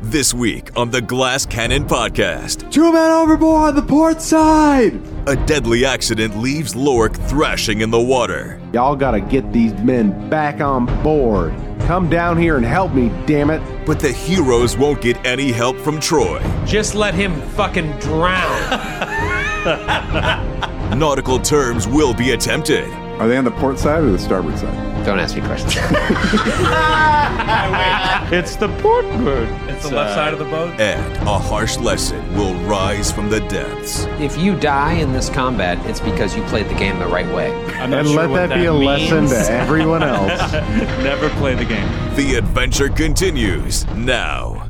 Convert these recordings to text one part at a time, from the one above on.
This week on the Glass Cannon Podcast, Two men overboard on the port side! a deadly accident leaves Lorik thrashing in the water. Y'all gotta get these men back on board. Come down here and help me, damn it. But the heroes won't get any help from Troy. Just let him fucking drown. Nautical terms will be attempted. Are they on the port side or the starboard side? Don't ask me questions. it's the port boat. It's the left side of the boat. And a harsh lesson will rise from the depths. if you die in this combat, it's because you played the game the right way. I'm not And sure let what that, be a lesson to everyone else. means. Never play the game. The adventure continues now.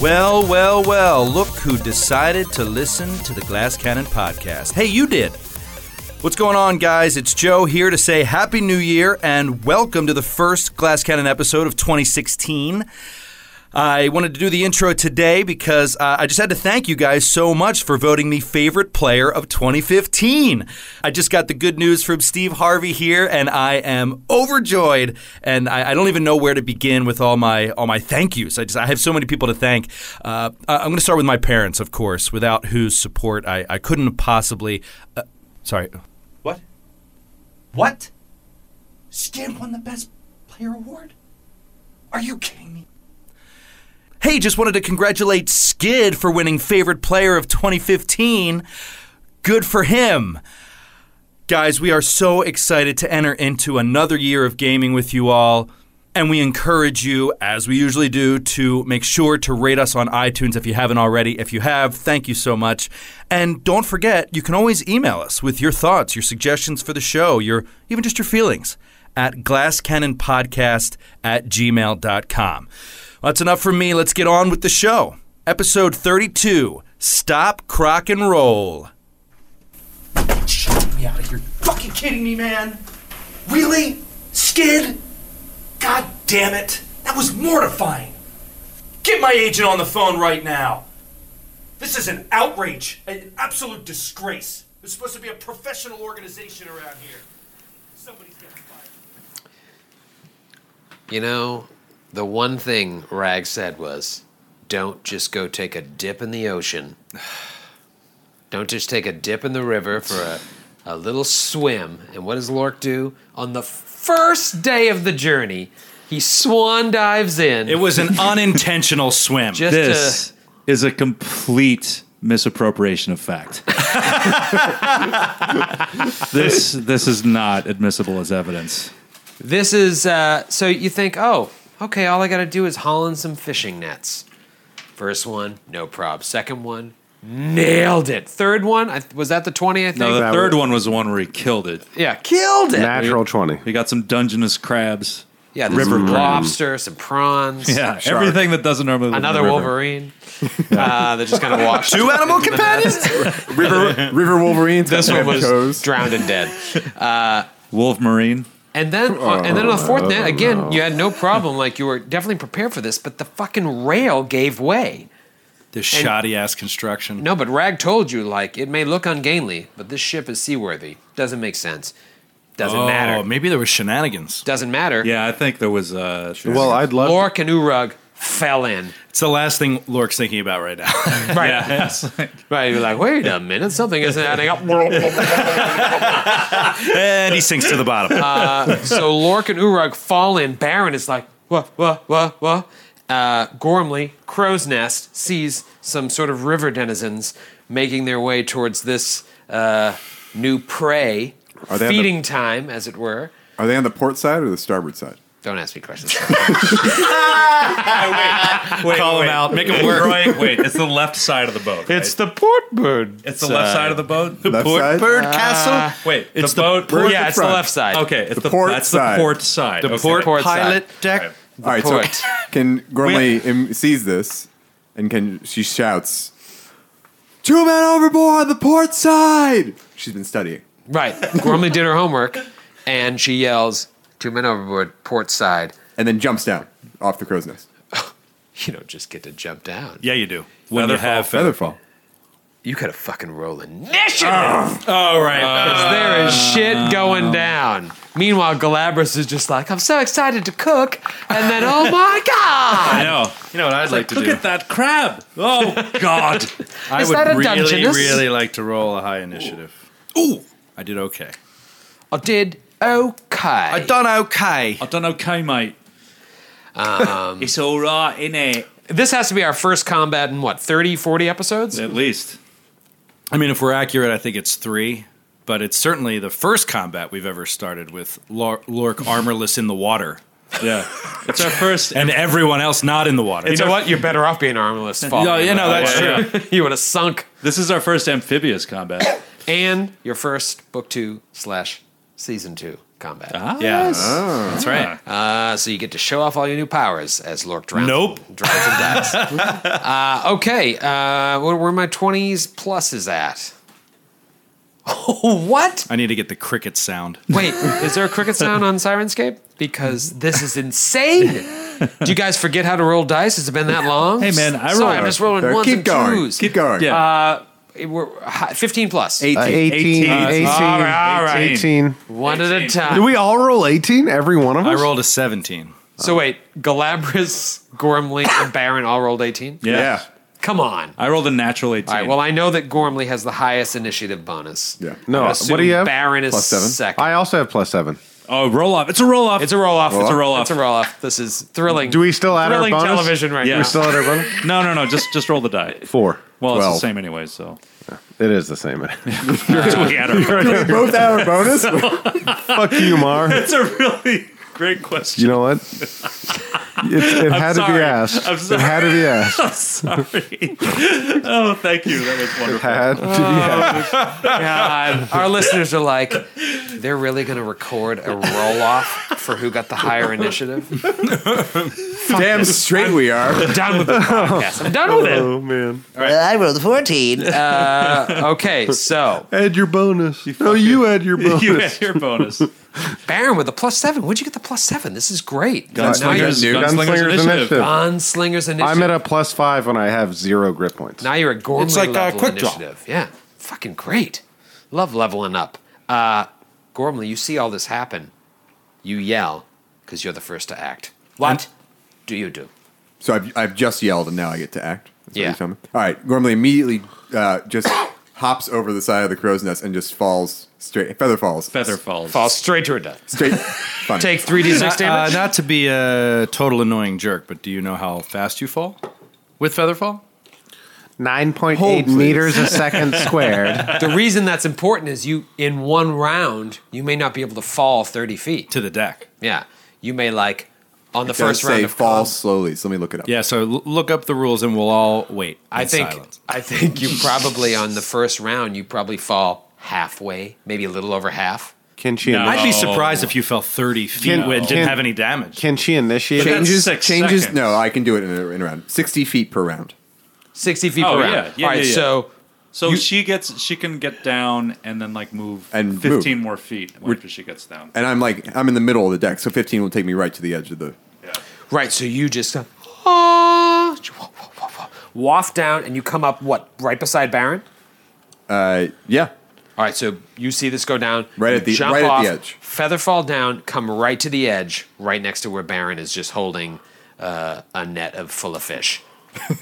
Well, well, well, look who decided to listen to the Glass Cannon podcast. Hey, you did. What's going on, guys? It's Joe here to say Happy New Year and welcome to the first Glass Cannon episode of 2016. I wanted to do the intro today because uh, I just had to thank you guys so much for voting me favorite player of 2015. I just got the good news from Steve Harvey here, and I am overjoyed. And I, I don't even know where to begin with all my all my thank yous. I just I have so many people to thank. Uh, I- I'm going to start with my parents, of course, without whose support I, I couldn't have possibly. Uh, sorry. What? What? Stan won the best player award. Are you kidding me? Hey, just wanted to congratulate Skid for winning Favorite Player of 2015. Good for him. Guys, we are so excited to enter into another year of gaming with you all. And we encourage you, as we usually do, to make sure to rate us on iTunes if you haven't already. If you have, thank you so much. And don't forget, you can always email us with your thoughts, your suggestions for the show, your even just your feelings at glasscannonpodcast at gmail.com. Well, that's enough for me. Let's get on with the show. Episode 32 Stop, Crock, and Roll. Get me out of here. Fucking kidding me, man. Really? Skid? God damn it. That was mortifying. Get my agent on the phone right now. This is an outrage, an absolute disgrace. There's supposed to be a professional organization around here. Somebody's getting fired. You know, the one thing Rag said was, don't just go take a dip in the ocean. Don't just take a dip in the river for a, a little swim. And what does Lork do? On the first day of the journey, he swan dives in. It was an unintentional swim. just this to, is a complete misappropriation of fact. this this is not admissible as evidence. this is, uh, so you think, oh, okay, all I got to do is haul in some fishing nets. First one, no prob. Second one, nailed it. Third one, I, was that the 20, I think? No, the That third was- one was the one where he killed it. Yeah, killed it. Natural 20. We got some dungeness crabs. Yeah, there's River some crab. lobster, some prawns. Yeah, shark, everything that doesn't normally live in Another the river. Wolverine. uh, that just kind of walked. Two animal companions? River, River Wolverines. This one was Toes. drowned and dead. Wolf marine. And then, on, and then on the Oh, fourth net, again, you had no problem. Like you were definitely prepared for this, but the fucking rail gave way. This shoddy ass construction. No, but Rag told you like it may look ungainly, but this ship is seaworthy. Doesn't make sense. Doesn't Oh, Oh, matter. maybe there was shenanigans. Doesn't matter. Yeah, I think there was. Uh, Well, I'd love Lork and Urug fell in. It's the last thing Lork's thinking about right now. Right. yes. Right. You're like, wait a minute, something isn't adding up. and he sinks to the bottom. so Lork and Urug fall in. Baron is like, wah, wah, wah, wah. Uh, Gormley, Crow's Nest, sees some sort of river denizens making their way towards this uh, new prey. they on the- Feeding time, as it were. Are they on the port side or the starboard side? Don't ask me questions. Call him out. Make him work. Right? Wait, it's the left side of the boat. it's the port bird. It's the left side of the boat. The Left side? castle. Wait, it's the, boat. Where's yeah, the it's the front? left side. Okay, it's The the, port That's side. the port side. The port pilot deck. All right, port. so can Gormley im- sees this and can she shouts, Two men overboard on the port side! she's been studying. Right. Gormley did her homework and she yells, Two men overboard, port side. and then jumps down off the crow's nest. You don't just get to jump down. Yeah, you do. When you have Featherfall. You gotta fucking roll initiative. All right. Because there is shit going down. Meanwhile, Galabras is just like, I'm so excited to cook. And then, oh my I God! know. You know what I'd like to Look do? at that crab. Oh God. I Is would that a really, Dungeness? really like to roll a high initiative. Ooh. I did okay. I did okay. I done okay. I've done okay, mate. Um, it's all right, innit? this has to be our first combat in what, 30, 40 episodes? At least. I mean, if we're accurate, I think it's three, but it's certainly the first combat we've ever started with Lor- Lork armorless in the water. Yeah. It's our first. and everyone else not in the water. You know what? You're better off being armless. Yeah, you know, that's true. you would have sunk. This is our first amphibious combat. And your first book two slash season two combat. Ah. uh Yeah. That's right. so you get to show off all your new powers as Lork drowns. Nope. Drowns and dies. uh, okay. Uh, where where my 20s pluses at? Oh, what? I need to get the cricket sound. Wait, is there a cricket sound on Sirenscape? Because this is insane. Do you guys forget how to roll dice? Has it been that long? Hey, man, I Sorry, roll- I'm just rolling There, ones keep and going. twos. Keep going. Yeah. It- we're hi- 15 plus. Uh, 18, 18, 18, All Ah, right, all right. 18. One at a Do time. we all roll 18? Every one of I us? rolled a 17. Uh, So wait, Galabras, Gormley, and Baron all rolled 18? yeah. Yeah. Come on. I rolled a natural 18. All right, well, I know that Gormley has the highest initiative bonus. Yeah. no, I what do you assume have? Baron is Plus seven. second. I also have plus seven. oh, roll off. It's a roll off. it's a roll off. It's a roll off. It's a roll off. This is thrilling. Do we still add our thrilling bonus? television right Yeah. now. We still at our bonus? No, no, no. Just just roll the die. Four. Well, it's Twelve. the same anyway. So It is the same. we had our Both our bonus. Fuck you, Mar. That's a really great question. You know what? It, it had to be sorry. asked. I'm It had to be asked. It Sorry. oh, thank you. That was wonderful. had to be asked. God. Our listeners are like, they're really going to record a roll off for who got the higher initiative. Damn straight we are. Done with the podcast. I'm done with Oh man! I rolled a 14. it. Okay, so Add your bonus. no, you add your bonus. You had your bonus. Baron with a plus seven. Where'd you get the plus seven? This is great. Now you're- Gunslingers. Gunslingers, Dude. Gunslingers Gunslingers Initiative. initiative. Gunslingers initiative. I'm at a plus five when I have zero grip points. now you're at Gormley It's like, uh, level Quick Draw. initiative. Yeah, fucking great. Love leveling up. Uh, Gormley, you see all this happen. You yell because you're the first to act. What do you do? So I've, I've just yelled and now I get to act. That's what Yeah. you're telling me? All right. Gormley immediately uh, just hops over the side of the crow's nest and just falls straight. Feather falls. Feather falls. Fall straight to a death. Straight. Funny. Take three d six Not, uh, damage. not to be a Uh, total annoying jerk, but do you know how fast you fall with featherfall? Nine point Hold, eight please. meters a second squared. the reason that's important is you in one round you may not be able to fall 30 feet To the deck. yeah you may like on the Does first say round of fall combat- slowly. So let me look it up. Yeah, so l- look up the rules and we'll all wait. i in think silence. i think you probably on the first round you probably fall halfway maybe a little over half Can she? No. I'd Initi- be surprised if you fell 30 feet Can- and can- didn't have any damage. can she initiate? That's Changes. six changes. seconds. No, I can do it in a, in a round. Sixty feet per round. 60 feet Oh, per round yeah, yeah, all right yeah, yeah. so So You- she gets, she can get down and then like move And fifteen move. more feet after she gets down. And I'm like, I'm in the middle of the deck, so 15 will take me right to the edge of the. right so you just uh, ah, waft down and you come up what right beside baron Uh, yeah, all right so you see this go down Right you at the- jump right at the off, edge. feather fall down come right to the edge right next to where baron is just holding uh, a net of full of fish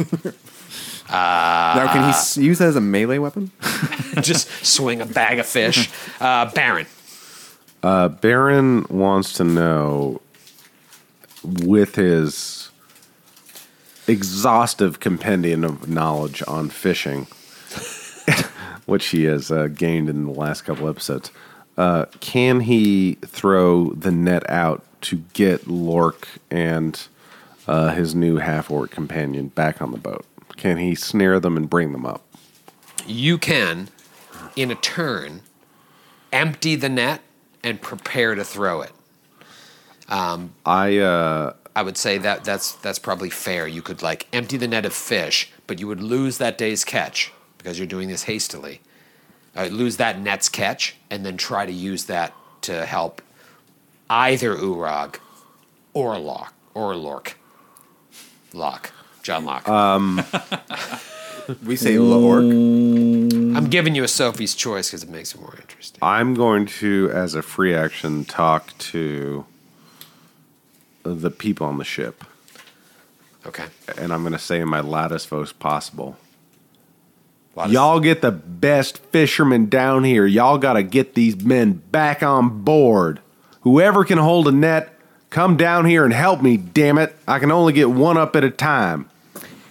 now Ah. can he s- use that as a melee weapon? just swing a bag of fish. Uh, Baron, Uh, Baron wants to know with his exhaustive compendium of knowledge on fishing, which he has uh, gained in the last couple episodes, uh, can he throw the net out to get Lork and uh, his new half orc companion back on the boat? Can he snare them and bring them up? you can, in a turn, empty the net and prepare to throw it. I uh, I would say that that's that's probably fair. You could like empty the net of fish, but you would lose that day's catch because you're doing this hastily. Uh, lose that net's catch, and then try to use that to help either Urog or Locke or Lork. Locke. John Locke. We say Lork. I'm giving you a Sophie's choice because it makes it more interesting. I'm going to, as a free action, talk to the people on the ship, Okay. and I'm going to say in my loudest voice possible. Loudest- Y'all get the best fishermen down here. Y'all got to get these men back on board. Whoever can hold a net, come down here and help me, damn it. I can only get one up at a time.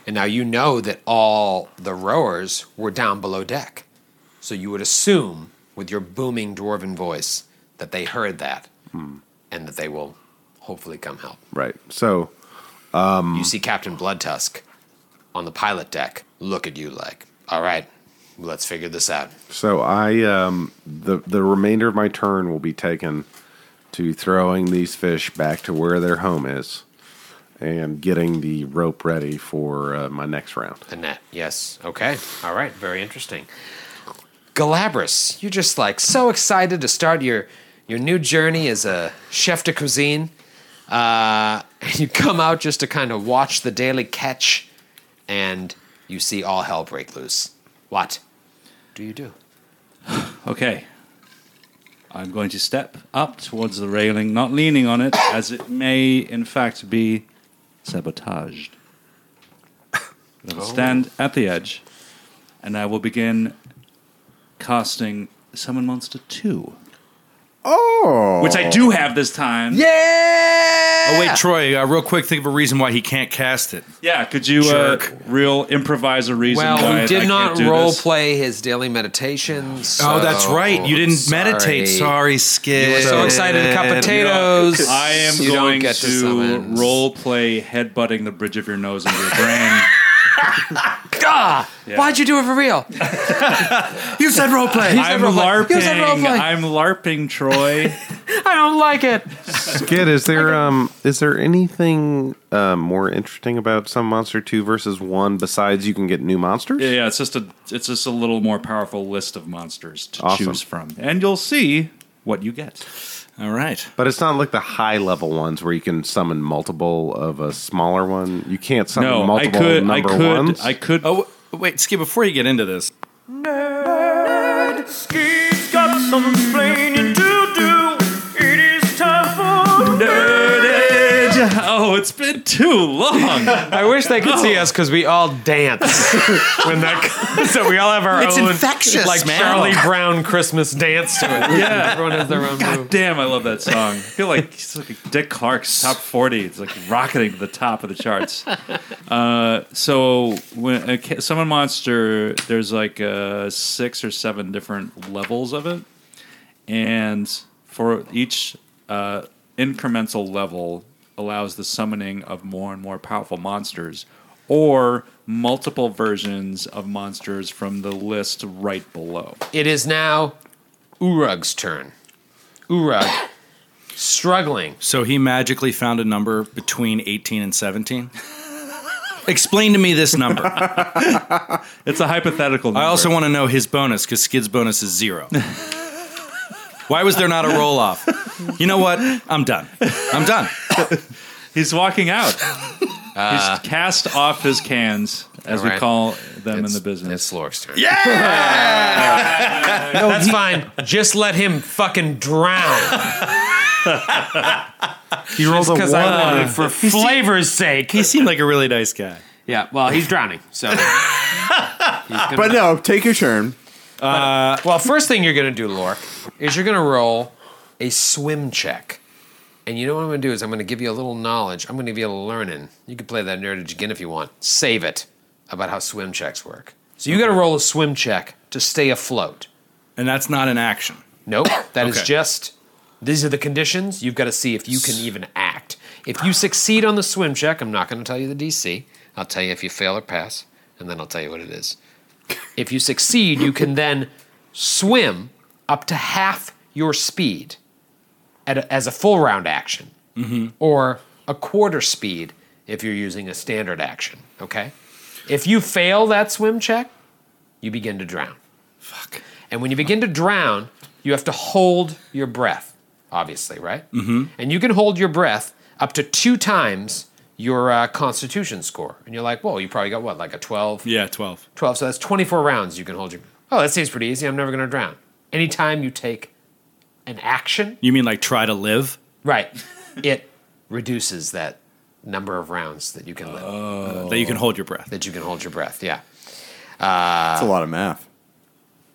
And now you know that all the rowers were down below deck. So you would assume, with your booming dwarven voice, that they heard that and that they will hopefully come help. Right. So, You see Captain Bloodtusk on the pilot deck look at you like, all right, let's figure this out. so I um the the remainder of my turn will be taken to throwing these fish back to where their home is and getting the rope ready for uh, my next round. Annette, yes. Okay. All right. Very interesting. Galabras, you're just like so excited to start your your new journey as a chef de cuisine. Uh, and you come out just to kind of watch the daily catch, and you see all hell break loose. What do you do? Okay. I'm going to step up towards the railing, not leaning on it, as it may in fact be sabotaged. I will stand at the edge, and I will begin casting Summon Monster 2. Oh, Which I do have this time. Yeah. Oh wait, Troy, uh, real quick, think of a reason why he can't cast it. Yeah, could you uh, Jerk. real improvise a reason Well, why we did I not can't do role this? play his daily meditations. oh, that's right. You didn't meditate. Sorry, Skid. You were so excited to cut potatoes. I am You don't going get to to, summons. role play headbutting the bridge of your nose into your brain. Gah! Ah, Why'd you do it for real? You said role play. I'm role play. Use that role LARPing. play. I'm LARPing, Troy. I don't like it. Skid, is there um is there anything uh, more interesting about some monster two versus one besides you can get new monsters? yeah, it's just a it's just a little more powerful list of monsters to Awesome. choose from, and you'll see what you get. All right. But it's not like the high level ones where you can summon multiple of a smaller one. You can't summon No, I multiple could, I number could, ones. I could. Oh w- wait, Skid. Before you get into this, oh, it's been too long. I wish they could Oh. see us because we all dance when that. So we all have our It's own infectious, like man. Charlie Brown Christmas dance to it. Yeah. everyone has their own move. Damn, I love that song. I feel like it's like Dick Clark's top 40. It's like rocketing to the top of the charts. Uh, so when a ca- Summon Monster, there's like uh, six or seven different levels of it, and for each uh, incremental level allows the summoning of more and more powerful monsters or multiple versions of monsters from the list right below. It is now Urug's turn. Urug struggling. so he magically found a number between eighteen and seventeen. Explain to me this number. It's a hypothetical number. I also want to know his bonus because Skid's bonus is zero. Why was there not a roll off? You know what? I'm done. I'm done. He's walking out. He's cast off his cans, as we Alright. call them in the It's business. Lork's turn. Yeah, Oh, that's fine. Just let him fucking drown. he rolls a one. Because I wanted it for flavor's sake. He seemed like a really nice guy. Yeah, well, he's drowning. So, But no, take your turn. well, first thing you're gonna do, Lork, is you're gonna roll a swim check. And you know what I'm gonna do is I'm gonna give you a little knowledge. I'm gonna give you a learning. You can play that nerdage again if you want. Save it about how swim checks work. So you gotta roll a swim check to stay afloat. And that's not an action. Nope. that is Okay. just these are the conditions. You've got to see if you can even act. If you succeed on the swim check, I'm not going to tell you the DC. I'll tell you if you fail or pass, and then I'll tell you what it is. If you succeed, you can then swim up to half your speed at a, as a full round action, or a quarter speed if you're using a standard action. Okay. If you fail that swim check, you begin to drown. And when you begin to drown, you have to hold your breath. obviously, right? Mm-hmm. And you can hold your breath up to two times your uh, constitution score. And you're like, whoa, you probably got what, like a 12? Yeah, 12. 12, so that's 24 rounds you can hold your. Oh, that seems pretty easy. I'm never going to drown. Anytime you take an action, You mean like try to live? right, it reduces that number of rounds that you can live, That you can hold your breath. that you can hold your breath. Yeah. That's a lot of math.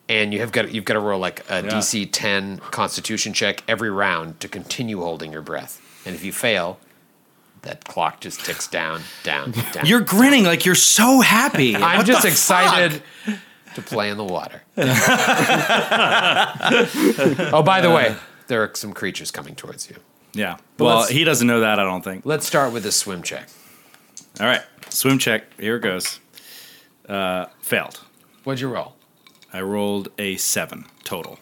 and you have got you've got to roll like a DC 10 Constitution check every round to continue holding your breath. And if you fail, that clock just ticks down, down, down. You're grinning like you're so happy. I'm What the just fuck? excited to play in the water. oh, by Uh. the way, there are some creatures coming towards you. Yeah. Well, let's- he doesn't know that, I don't think. Let's start with a swim check. All right. Swim check. Here it goes. Uh, failed. What'd you roll? I rolled a seven total.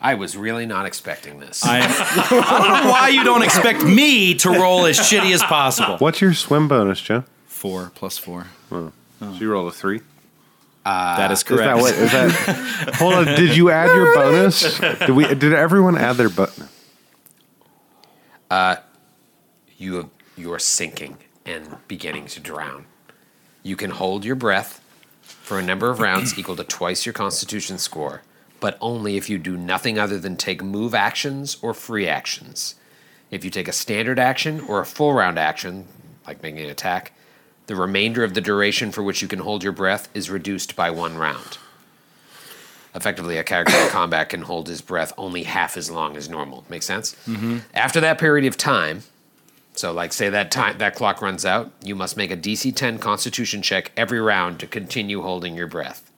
I was really not expecting this. I, I don't know why you don't expect me to roll as shitty as possible. What's your swim bonus, Joe? Four plus four. So you rolled a three. that is Is correct. that what? Is that? hold on. Did you add your bonus? Did we? Did everyone add their bonus? you have, you are sinking and beginning to drown. You can hold your breath for a number of rounds equal to twice your constitution score, but only if you do nothing other than take move actions or free actions. If you take a standard action or a full round action, like making an attack, the remainder of the duration for which you can hold your breath is reduced by one round. Effectively, a character in combat can hold his breath only half as long as normal. Make sense? After that period of time, so, like, say that time that clock runs out, you must make a DC 10 Constitution check every round to continue holding your breath.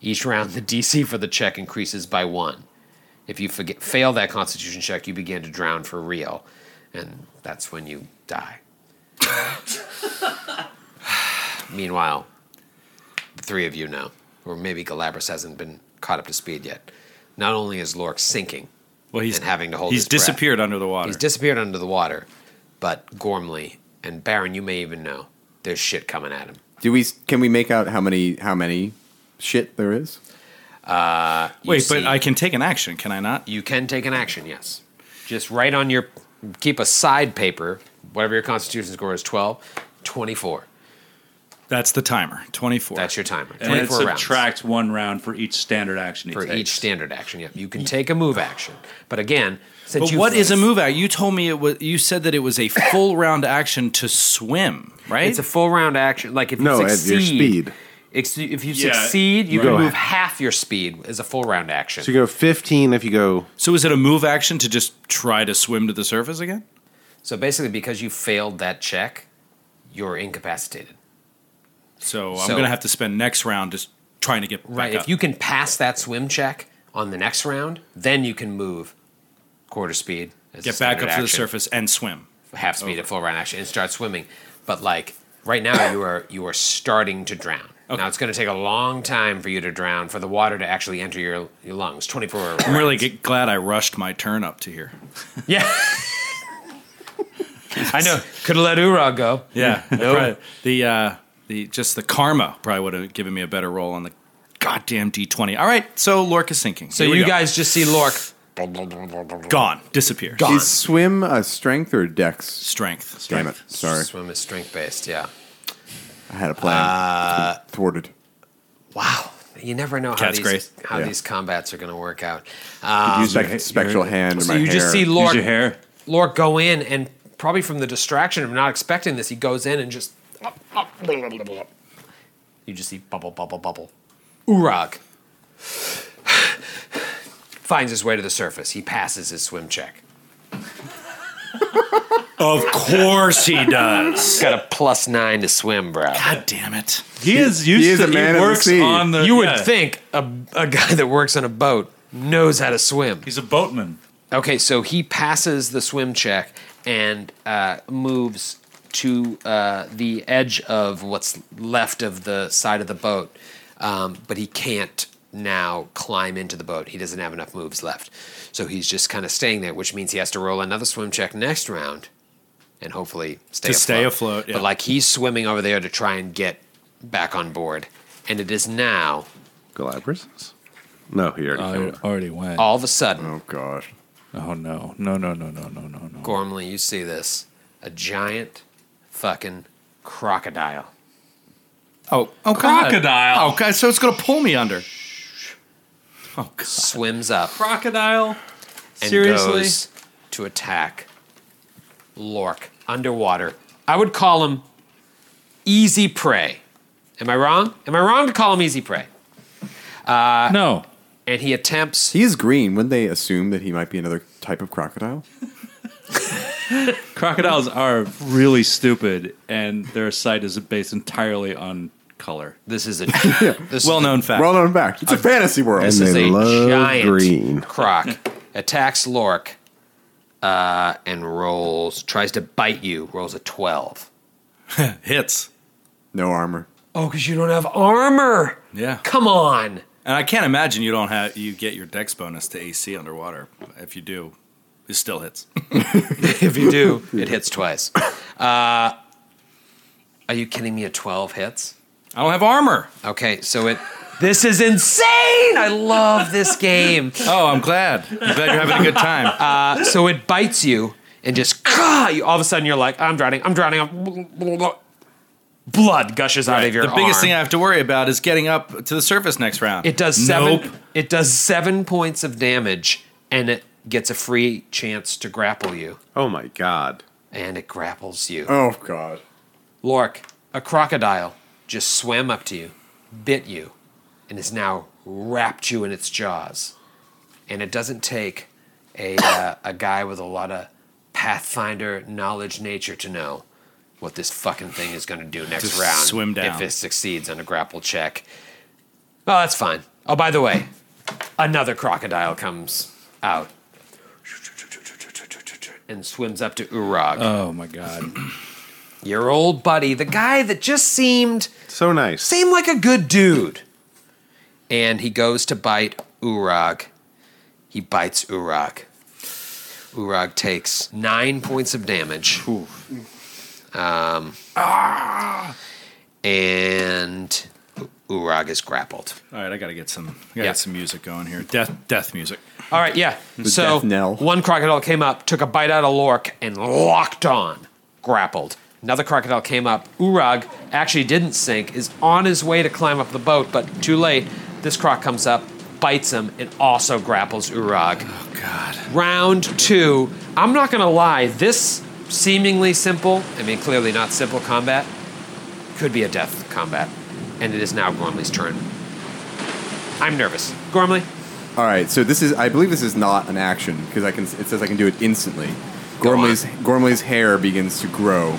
Each round, the DC for the check increases by one. If you forget, fail that Constitution check, you begin to drown for real, and that's when you die. Meanwhile, the three of you know, or maybe Galabras hasn't been caught up to speed yet. Not only is Lork sinking, Well, he's and having to hold He's his breath. disappeared under the water. He's disappeared under the water, but Gormley and Baron, you may even know, there's shit coming at him. Do we? Can we make out how many? How many shit there is? You Wait, but see- I can take an action, can I not? You can take an action, yes. Just write on your, keep a side paper, whatever your constitution score is 12, 24. That's the timer. Twenty-four. That's your timer. And it 24 rounds. subtracts one round for each standard action he for takes. each standard action. Yep. You can take a move action. But again, since But you what is a move out? You told me it was. You said that it was a full round action to swim, right? It's a full round action. Like if No, you at succeed, your speed. ex- If you Yeah, succeed, you right. can Go move half your speed as a full round action. So you go fifteen if you go. so is it a move action to just try to swim to the surface again? So basically, because you failed that check, you're incapacitated. So, I'm So- gonna have to spend next round just trying to get Right. Back If up. you can pass that swim check on the next round, then you can move quarter speed. as a get back standard up to the action, surface and swim. half speed at full round action, and start swimming. But like right now, you are you are starting to drown. Now it's going to take a long time for you to drown for the water to actually enter your, your lungs. Twenty four. hours. I'm really g glad I rushed my turn up to here. Yeah. I know. Could have let Urog go. Yeah, probably- the uh, the just the karma probably would have given me a better roll on the goddamn d20. All right, so Lork is sinking. So you guys just see Lork. gone, disappear. Gone. Is swim a strength or dex? Strength. Damn it! Sorry, Swim is strength based. Yeah. I had a plan. Uh, It's been thwarted. Wow. You never know how Cat's these, great. how Yeah. these combats are going to work out. Use my spectral hand or So my you uh, just see hair. Use Lork, your hair. Lork go in, and probably from the distraction of not expecting this, he goes in and just. You just see bubble, bubble, bubble. Urag finds his way to the surface. He passes his swim check. Of course he does. Got a plus nine to swim, bro. God damn it. He is used He is to a man he of the works sea. on the You would yeah. think a, a guy that works on a boat knows how to swim. he's a boatman. Okay, so he passes the swim check and uh, moves to uh, the edge of what's left of the side of the boat, um, but he can't now climb into the boat. He doesn't have enough moves left. So he's just kind of staying there, which means he has to roll another swim check next round and hopefully stay To afloat. stay afloat, yeah. But like he's swimming over there to try and get back on board. And it is now Galabras. No, he Oh, already I killed her. already went. All of a sudden, Oh gosh. Oh no! No! No! No! No! No! No! No! Gormley, you see this. A giant fucking crocodile. Oh, oh Crocodile. God. Oh, God. So it's going to pull me under. Oh, Swims up Crocodile. and Seriously? goes to attack Lork underwater. I would call him easy prey. Am I wrong? Am I wrong to call him easy prey? no. And he attempts. He is green. Wouldn't they assume that he might be another type of crocodile? Crocodiles are really stupid, and their sight is based entirely on color. This is a this Well is a known fact. Well known fact. It's a fantasy world. And This is a they love giant green. croc. Attacks Lork uh, and rolls, tries to bite you, rolls a 12. Hits. no armor. Oh, because you don't have armor. Yeah. Come on. And I can't imagine you don't have you get your dex bonus to AC underwater. If you do, it still hits. If you do, it hits twice. Uh, are you kidding me? A 12 hits? I don't have armor. Okay, so it. This is insane! I love this game. Oh, I'm glad. I'm glad you're having a good time. so it bites you and just "Gah!" you, all of a sudden you're like, I'm drowning, I'm drowning. I'm... Blood gushes out of your the biggest arm. thing I have to worry about is getting up to the surface next round. It does seven. Nope. It does seven points of damage, and it gets a free chance to grapple you, Oh my god. and it grapples you. Oh god. Lork, a crocodile, just swam up to you, bit you, and has now wrapped you in its jaws. And it doesn't take a uh, a guy with a lot of Pathfinder knowledge nature to know what this fucking thing is going to do next Just round swim if down. it succeeds on a grapple check. Oh, that's fine. Oh, by the way, another crocodile comes out and swims up to Urag Oh my god! your old buddy, the guy that just seemed So nice. seemed like a good dude. And he goes to bite Urag. He bites Urag. Urag takes nine points of damage. Um, and Urag is grappled. All right, I gotta get some. I gotta Yeah. get some music going here. Death, death music. All right, yeah. so death knell. one crocodile came up, took a bite out of Lork, and locked on, grappled. Another crocodile came up. Urag actually didn't sink, is on his way to climb up the boat, but too late. This croc comes up, bites him, and also grapples Urag. Oh, God. Round two. I'm not going to lie, this seemingly simple, I mean, clearly not simple combat, could be a death combat. And it is now Gormley's turn. I'm nervous. Gormley, All right, so this is I believe this is not an action because I can it says I can do it instantly. Go on. Gormley's Gormley's hair begins to grow.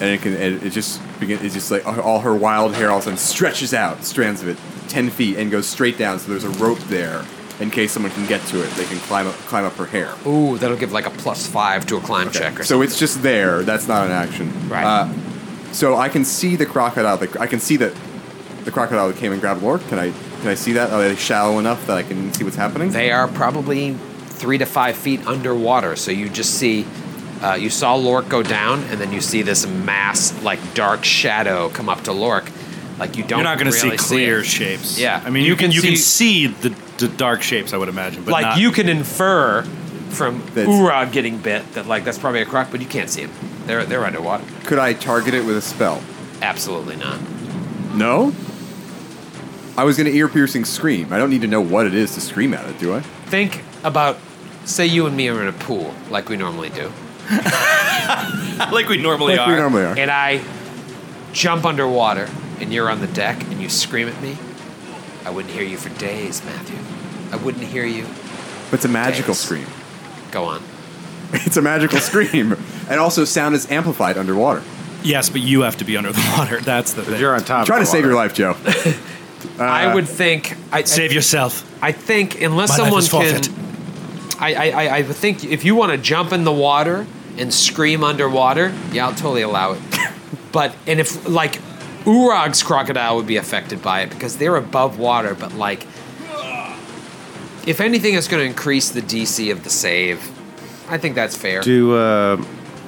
And it can it, it just begin it's just like all her wild hair all of a sudden stretches out, strands of it, 10 feet and goes straight down so there's a rope there in case someone can get to it. They can climb up climb up her hair. Ooh, that'll give like a plus five to a climb check or So it's just there. That's not an action. Right. Uh, so I can see the crocodile. The, I can see that the crocodile that came and grabbed Lork. Can I? Can I see that? Are they shallow enough that I can see what's happening? They are probably three to five feet underwater. So you just see, uh, you saw Lork go down, and then you see this mass, like dark shadow come up to Lork. Like you don't. You're not gonna really see clear it. shapes. Yeah. I mean you, can, you can see the, the dark shapes. I would imagine, but like not- you can infer from That's- Urag getting bit that like that's probably a croc, but you can't see him. They're they're underwater. Could I target it with a spell? Absolutely not. No. I was gonna ear piercing scream. I don't need to know what it is to scream at it, do I? Think about, say you and me are in a pool like we normally do. like we normally Like are. we normally are. and I jump underwater and you're on the deck and you scream at me, I wouldn't hear you for days, Matthew. I wouldn't hear you. But it's a magical Days. scream. Go on. It's a magical scream, and also sound is amplified underwater. Yes, but you have to be under the water. That's the thing. You're on top. Try of to the save water. your life, Joe. Uh, I would think I, Save yourself. I think unless My life someone is can, forfeit. I, I, I, I would think if you want to jump in the water and scream underwater, yeah, I'll totally allow it. but and if like Urag's crocodile would be affected by it because they're above water, but like if anything, it's going to increase the DC of the save. I think that's fair. Do uh,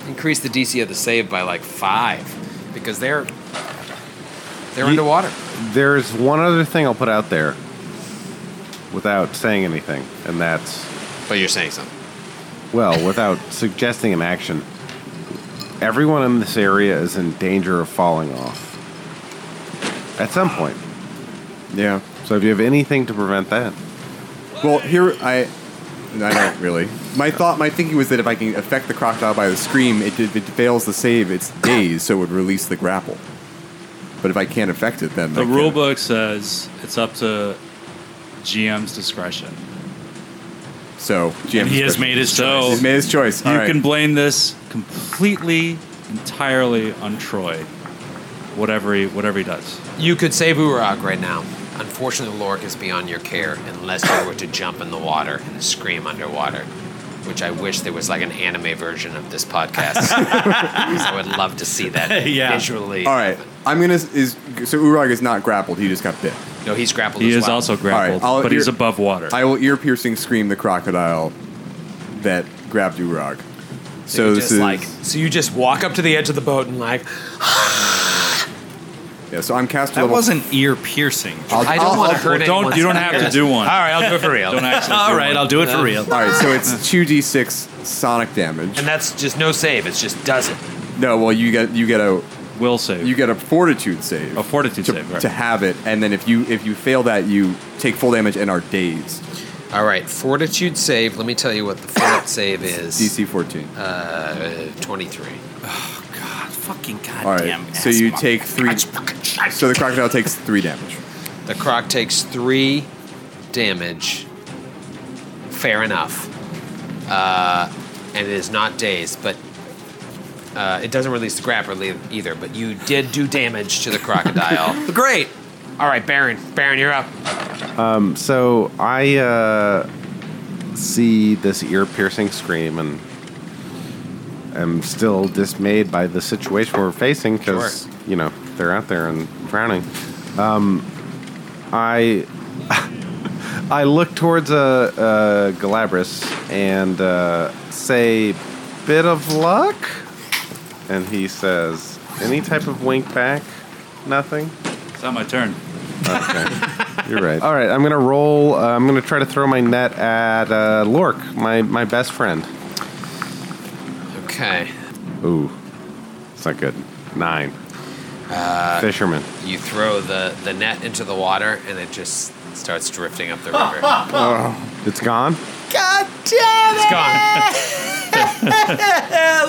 Increase the DC of the save by like five because they're they're underwater. there's one other thing I'll put out there. without saying anything, and that's But you're saying something. well, without suggesting an action. Everyone in this area is in danger of falling off at some point. Yeah. So if you have anything to prevent that, Well, here I, I don't really. My thought, my thinking was that if I can affect the crocodile by the scream, it, if it fails the save, it's dazed, so it would release the grapple. But if I can't affect it, then The I can't. rule book says it's up to GM's discretion. So GM he has made his So- choice. He's made his choice. you All right. can blame this completely, entirely on Troy. Whatever he, whatever he does. You could save Urok right now. Unfortunately, Lorik is beyond your care unless you were to jump in the water and scream underwater, which I wish there was like an anime version of this podcast. So I would love to see that Yeah. visually. All right. I'm gonna is so Urag is not grappled. He just got bit. No, he's grappled He as is well. also grappled, I'll- but he's you're- above water. I will ear piercing scream the crocodile that grabbed Urag. So, you this just is like so you just walk up to the edge of the boat and like yeah. So I'm caster That level. wasn't ear piercing. I'll- I don't I'll- want to I'll- hurt don't- anyone. you don't have to do one. All right, I'll do it for real. Don't actually. All do right, one. I'll do it for real. All right. So it's two d6 sonic damage. and that's just no save. It's just does it. No. Well, you get you get a Will save. You get a fortitude save. A fortitude to, save, right. to have it, and then if you if you fail that, you take full damage and are dazed. All right, fortituitude save. Let me tell you what the fort save is. DC 14. uh, 23. Fucking goddamn. All right, so you asthma. take three. So the crocodile takes three damage. The croc takes three damage. Fair enough. Uh, and it is not dazed, but uh, it doesn't release the grapple e- either. But you did do damage to the crocodile. Great. All right, Baron. Baron, you're up. so I uh, see this ear-piercing scream and am still dismayed by the situation we're facing because Sure. you know they're out there and drowning. Um, I I look towards a, uh Galabras and uh, say, "Bit of luck," and he says, "Any type of wink back? Nothing." It's not my turn. You're right. All right, I'm gonna roll. Uh, I'm gonna try to throw my net at uh, Lork, my my best friend. Okay. Ooh, it's not good. Nine. Fisherman. You throw the, the net into the water, and it just starts drifting up the river. It's gone. it's gone.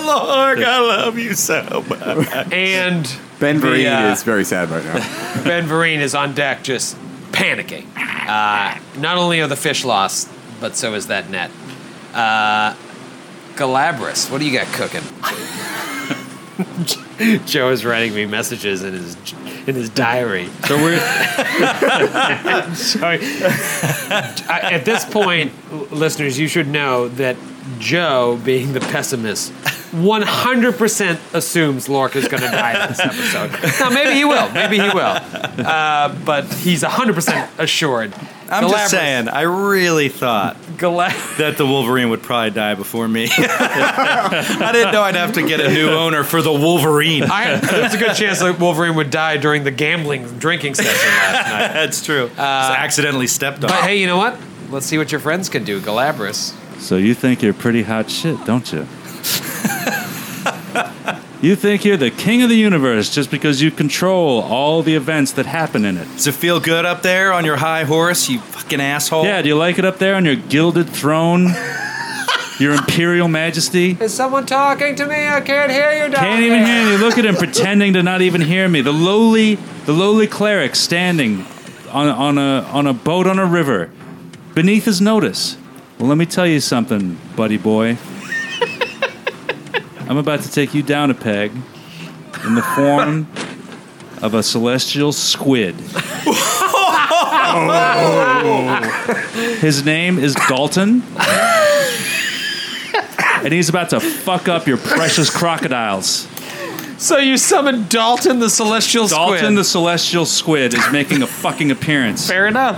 Lord, I love you so much. And Ben The, Vereen uh, is very sad right now. Ben Vereen is on deck just panicking. Uh, not only are the fish lost, but so is that net. Uh, Galabras, what do you got cooking? Joe is writing me messages in his in his diary. So we're Sorry. I- At this point, l- listeners, you should know that Joe, being the pessimist, 100% assumes Lork is going to die this episode. Now, maybe he will. Maybe he will. Uh, but he's 100% assured. I'm Galabras- just saying, I really thought Gala- that the Wolverine would probably die before me. I didn't know I'd have to get a new owner for the Wolverine. I, there's a good chance that Wolverine would die during the gambling drinking session last night. That's true. Just accidentally stepped on. But hey, you know what? Let's see what your friends can do, Galabras. so you think you're pretty hot shit, don't you? you think you're the king of the universe just because you control all the events that happen in it. Does it feel good up there on your high horse, you fucking asshole? Yeah, do you like it up there on your gilded throne? your imperial majesty? Is someone talking to me? I can't hear you, darling. Can't even hear me. Look at him pretending to not even hear me. The lowly, the lowly cleric standing on, on a on a boat on a river, beneath his notice. Well, let me tell you something, buddy boy. I'm about to take you down a peg, in the form of a celestial squid. His name is Dalton. And he's about to fuck up your precious crocodiles. So you summoned Dalton the Celestial Dalton Squid. the Celestial Squid is making a fucking appearance. Fair enough.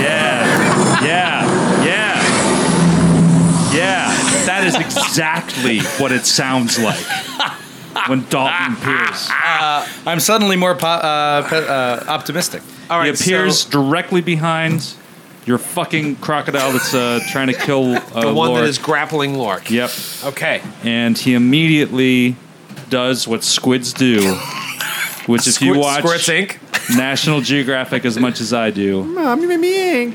Yeah. Yeah. Yeah. Yeah. That is exactly what it sounds like. when Dalton appears. I'm suddenly more po- uh, pe- uh, optimistic. All right, he appears so directly behind your fucking crocodile that's uh, trying to kill uh, the one Lork. that is grappling Lork. Yep, Okay. and he immediately does what squids do, which if you Squirt- watch Squirts Inc. National Geographic as much as I do, Mommy,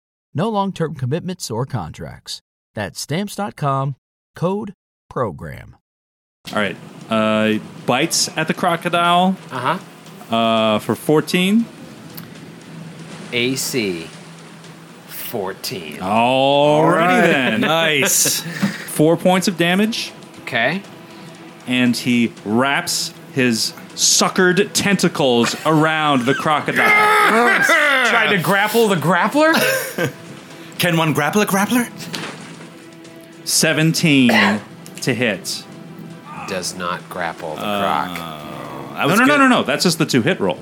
No long term commitments or contracts. That's Stamps.com code PROGRAM. All right, uh, bites at the crocodile Uh huh. uh, for fourteen. AC 14. Alrighty then, Nice. four points of damage. Okay. and he wraps his suckered tentacles around the crocodile. Trying to grapple the grappler? Can one grapple a grappler? 17 to hit. Does not grapple the Uh, croc. I No, was no, no, good. no, no. That's just the two hit roll.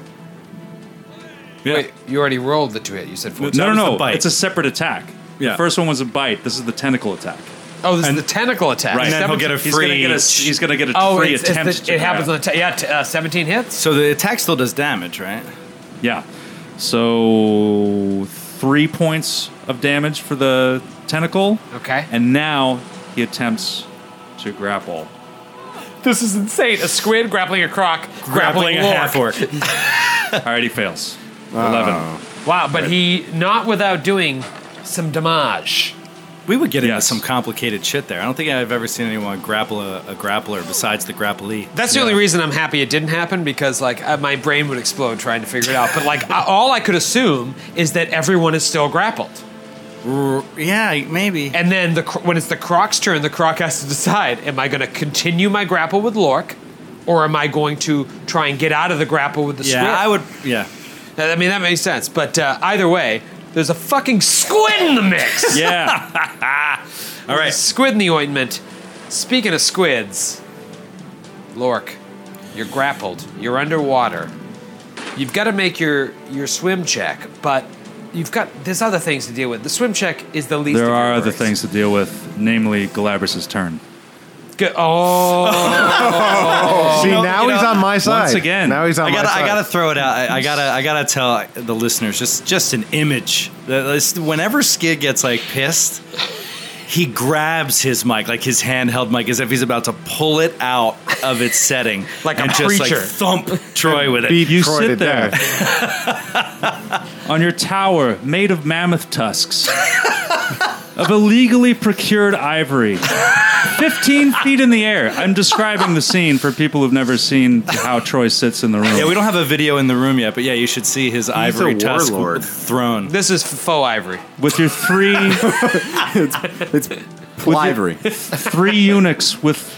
Yeah. Wait, you already rolled the two hit. You said 14. that no, was no, the no. bite. It's a separate attack. Yeah. The first one was a bite. This is the tentacle attack. Oh, this is the tentacle attack. Right. And then he'll Seventeen- get a He's gonna free- get a he's gonna get a Oh, free it's, it's attempt. the- to it happens grab. on the. T- yeah, t- uh, 17 hits? So the attack still does damage, right? yeah. So three points of damage for the tentacle, Okay. and now he attempts to grapple. This is insane. A squid grappling a croc, grappling, a half orc. Alright, he fails. Eleven. Wow, but he not without doing some damage. We would get into Yes. some complicated shit there. I don't think I've ever seen anyone grapple a, a grappler besides the grapplee. That's the only reason I'm happy it didn't happen because like uh, my brain would explode trying to figure it out. But like I- all I could assume is that everyone is still grappled, R- yeah, maybe. and then the cro- when it's the croc's turn, the croc has to decide: Am I going to continue my grapple with Lork, or am I going to try and get out of the grapple with the Yeah, squid? I would. Yeah. I mean that makes sense. But uh, either way, there's a fucking squid in the mix. Yeah. All right. Squid in the ointment. Speaking of squids, Lork, you're grappled. You're underwater. You've got to make your your swim check, but you've got there's other things to deal with. The swim check is the least. of your There are other worries. things to deal with, namely Galabras' turn. Good. Oh, See, now you he's know, on my side. again, now he's on I my gotta, side. I gotta throw it out. I, I gotta, I gotta tell the listeners just, just an image. The- this- Whenever Skid gets like pissed, he grabs his mic, like his handheld mic, as if he's about to pull it out of its setting, Like a and just preacher. like thump Troy with it. beat You Troy sit to there. death. On your tower, made of mammoth tusks, of illegally procured ivory, 15 feet in the air. I'm describing the scene for people who've never seen how Troy sits in the room. Yeah, we don't have a video in the room yet, but yeah, you should see his ivory tusk warlord. throne. this is faux ivory. with your three Livery. three eunuchs with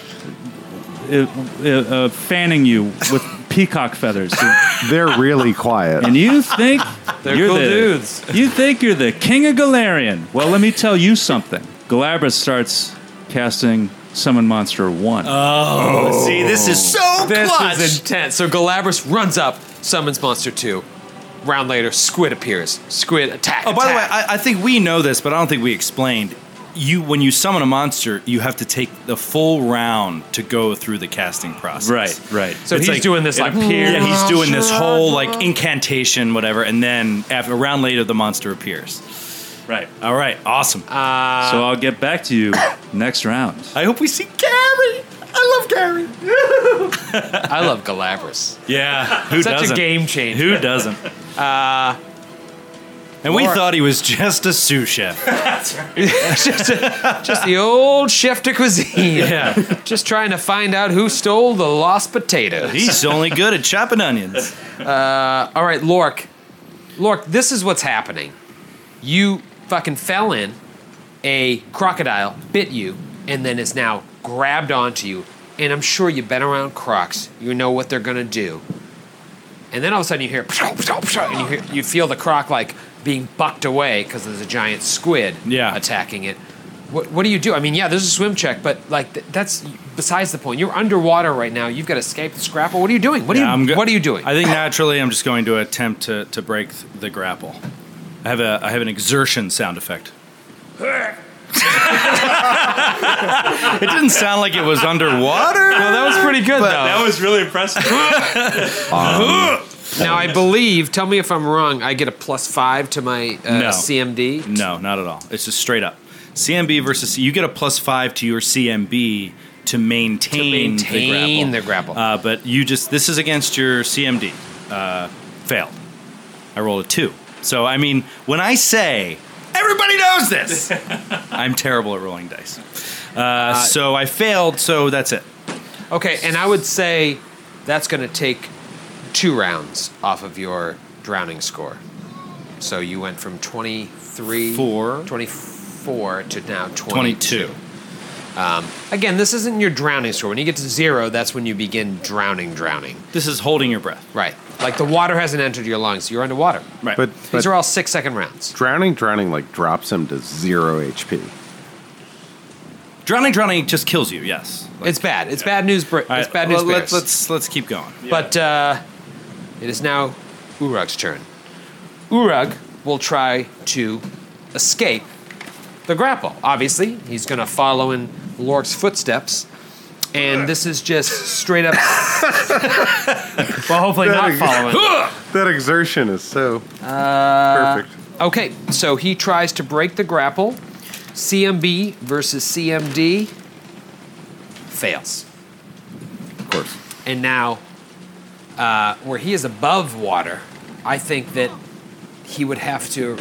uh, uh, uh, fanning you with peacock feathers. They're really quiet. And you think They're you're cool the, dudes. You think you're the king of Galarian. Well, let me tell you something. Galabras starts casting Summon Monster 1. Uh, See, this is so This is intense. So Galabras runs up, summons monster two. Round later, squid appears. Squid attack. Oh, by the way, attack. I, I think we know this, but I don't think we explained. You, when you summon a monster, you have to take the full round to go through the casting process. right, right. so it's he's like- doing this it like appears- Yeah, he's doing this whole like incantation, whatever, and then after a round later, the monster appears. right. All Uh, right, awesome. so I'll get back to you next round. I hope we see Gary. I love Gary. I love Galabras. Yeah, who Such doesn't? a game changer. Who doesn't? Uh, and we thought he was just a sous chef. Just the old chef de cuisine. Yeah, Just trying to find out who stole the lost potatoes. he's only good at chopping onions. All right, Lork. Lork, this is what's happening. You fucking fell in, a crocodile bit you, and then is now grabbed onto you. And I'm sure you've been around crocs. You know what they're gonna do. And then all of a sudden you hear, and you, hear, you feel the croc like being bucked away because there's a giant squid Yeah. attacking it. What, what do you do? I mean, yeah, there's a swim check, but like th- that's besides the point. You're underwater right now. You've got to escape the scrapple. What are you doing? What are Yeah, you I'm go- What are you doing? I think naturally, I'm just going to attempt to, to break th- the grapple. I have a I have an exertion sound effect. it didn't sound like it was underwater. well, that was pretty good though. That was really impressive. Now I believe. Tell me if I'm wrong. I get a plus five to my uh, No. CMD. No, not at all. It's just straight up. CMB versus you get a plus five to your CMB to maintain, maintain the the grapple. grapple. Uh, but you just this is against your CMD. Uh, failed. I rolled a two. So I mean, when I say everybody knows this, I'm terrible at rolling dice. Uh, so I failed. So that's it. Okay, and I would say that's going to take two rounds off of your drowning score. So you went from 23, Four. 24 to now 22. Twenty-two. Again, this isn't your drowning score. When you get to zero, that's when you begin drowning, drowning. This is holding your breath. Right. Like the water hasn't entered your lungs. You're underwater. Right. But, These but are all six second rounds. drowning, drowning like drops him to zero HP. drowning, drowning just kills you. Yes. It's bad. It's bad news. Br- All it's right, bad news. let- let's bears. let's let's keep going. But uh, it is now Urug's turn. Urug will try to escape the grapple. Obviously, he's going to follow in Lork's footsteps. And this is just straight up. well, hopefully not following. That exertion is so perfect. Okay, so he tries to break the grapple. CMB versus CMD fails. Of course. and now uh, where he is above water, I think that he would have to.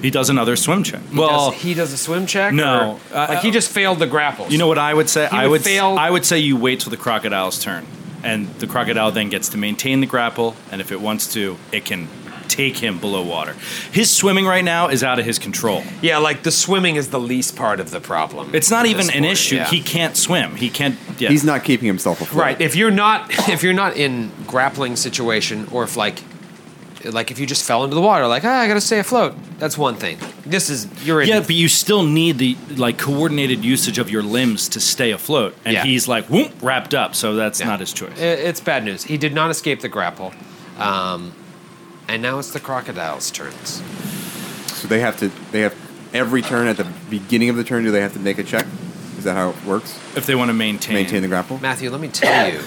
He does another swim check. does, he does a swim check. No, or, uh, like he just failed the grapples. You know what I would say? I would would s- fail- I would say you wait till the crocodile's turn, and the crocodile then gets to maintain the grapple, and if it wants to, it can take him below water. His swimming right now is out of his control. yeah, like the swimming is the least part of the problem. It's not at even this an point, issue. yeah. He can't swim. He can't. Yeah. He's not keeping himself afloat. right. If you're not, if you're not in grappling situation, or if like, like if you just fell into the water, like ah, I gotta stay afloat. That's one thing. This is you're in. yeah, but you still need the like coordinated usage of your limbs to stay afloat, and Yeah. he's like whoop, wrapped up. So that's not his choice. I- It's bad news. He did not escape the grapple, um, and now it's the crocodile's turns. So they have to. They have every turn at the beginning of the turn. Do they have to make a check? Is that how it works? If they want to maintain, Maintain the grapple. Matthew, let me tell you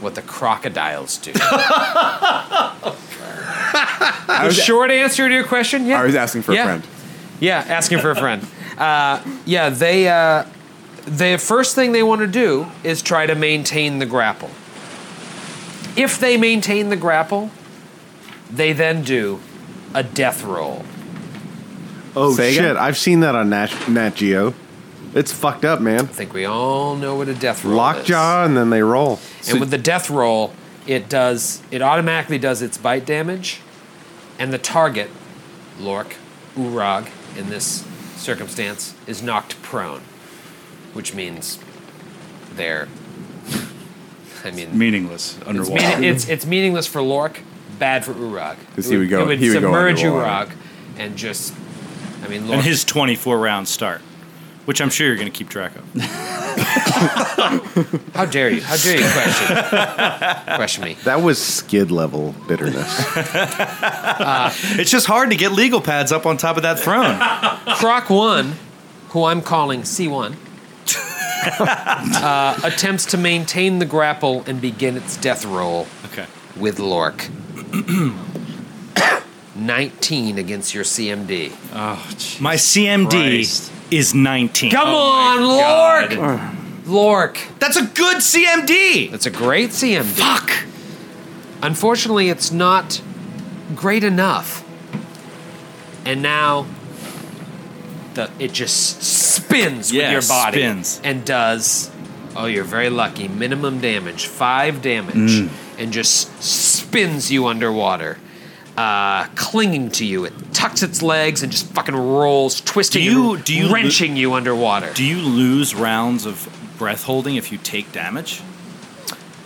what the crocodiles do. Oh, I the was, short answer to your question? Yeah. I was Oh, asking for Yeah. a friend. Yeah, asking for a friend. Uh, yeah, they. Uh, the first thing they want to do is try to maintain the grapple. If they maintain the grapple, they then do a death roll. Oh Say shit! again? I've seen that on Nat, Nat Geo. It's fucked up, man. I think we all know what a death roll is. Lockjaw, and then they roll. and with the death roll, it does it automatically does its bite damage, and the target, Lork, Urag, in this circumstance, is knocked prone, which means they're. I mean, Meaningless it's, underwater. meaning, it's it's meaningless for Lork, bad for Urag. 'Cause he would go- It would he would go submerge uh, underwater. Urag, and just. I mean, Lork. and his twenty-four round start, which I'm sure you're going to keep track of. how dare you? How dare you question question me? That was skid level bitterness. It's just hard to get legal pads up on top of that throne. Croc One, who I'm calling C One, uh, attempts to maintain the grapple and begin its death roll okay. with Lork. 19 against your CMD. oh, jeez. My CMD Christ. is 19. Come on, Lork! Lork. That's a good CMD. That's a great CMD. Fuck. Unfortunately, it's not great enough. And now the, it just spins with Yeah, your body spins. and does oh you're very lucky minimum damage 5 damage Mm. and just spins you underwater. Uh, clinging to you, it tucks its legs and just fucking rolls, twisting Do you- and do you lo- wrenching you underwater. Do you lose rounds of breath holding if you take damage?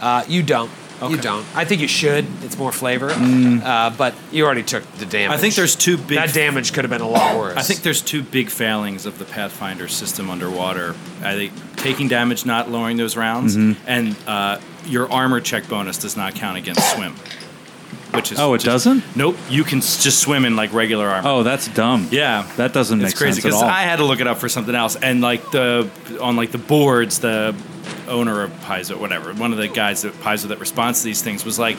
Uh, you don't. You Okay. don't. I think you should. It's more flavor. Uh, but you already took the damage. I think there's two big. that damage could have been a lot worse. I think there's two big failings of the Pathfinder system underwater. I think taking damage, not lowering those rounds, and uh, your armor check bonus does not count against swim. Which is Oh, it just- doesn't? Nope, you can s- just swim in like regular armor. Oh, that's dumb. Yeah, That doesn't make it's crazy sense at all. I had to look it up for something else, and like the on like the boards, the owner of Paizo, whatever, one of the guys at Paizo that responds to these things was like,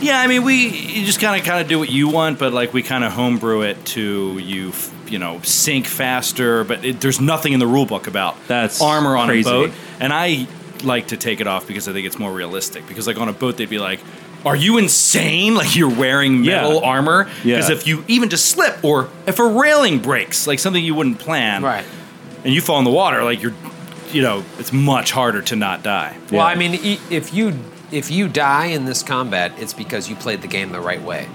"Yeah, I mean, we you just kind of kind of do what you want, but like we kind of homebrew it to you, f- you know, sink faster, but it, there's nothing in the rule book about That's armor on crazy. a boat." And I like to take it off because I think it's more realistic. Because like on a boat, they'd be like. Are you insane? Like you're wearing Yeah. metal armor? Because Yeah. if you even just slip or if a railing breaks, like something you wouldn't plan, Right. And you fall in the water, like you're, you know, it's much harder to not die. Well, I mean, e- if you if you die in this combat, it's because you played the game the right way.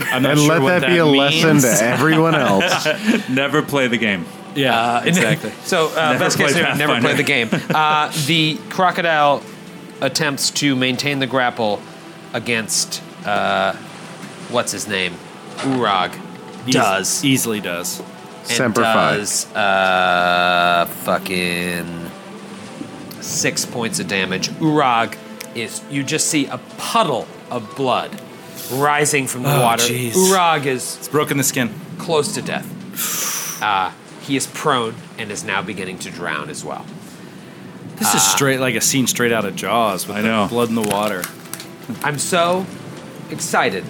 I'm not And sure let what that, be a lesson means. to everyone else. Never play the game. Yeah, exactly. so uh, best played case scenario, never Pathfinder. play the game. Uh, the crocodile attempts to maintain the grapple against uh, what's his name, Urag. Eas- does easily does. and Semper Fi. does uh, fucking six points of damage. Urag is you just see a puddle of blood rising from the Oh, water. jeez. Urag is It's broken the skin. close to death. Uh, he is prone and is now beginning to drown as well. This is Ah. straight like a scene straight out of Jaws with I the know. blood in the water. I'm so excited.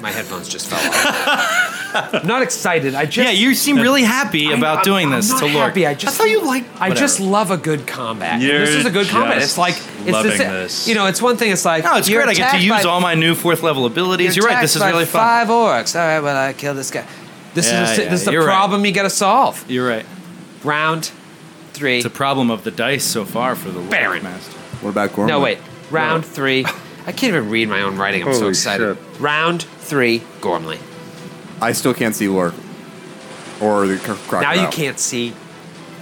My headphones just fell off. I'm not excited. I just yeah, you seem really happy about I'm- doing I'm this not to Lord. happy. I just thought you like. I just love a good combat. And You're this is a good combat. just It's like it's loving this, this. You know, it's one thing. It's like No, it's you're great. I get to attacked use by- all my new fourth level abilities. You're, right. attacked This is by really fun. Five orcs. All right, well, I kill this guy. This Yeah, is a, yeah, this is the you're right. problem you got to solve. You're right. Round three. It's a problem of the dice so far for the Baron. Lord Master. What about Gormley? no, wait. Round three. I can't even read my own writing. I'm so Holy excited. Round three, Gormley. I still can't see Lork. Or the cro- Now crocodile. you can't see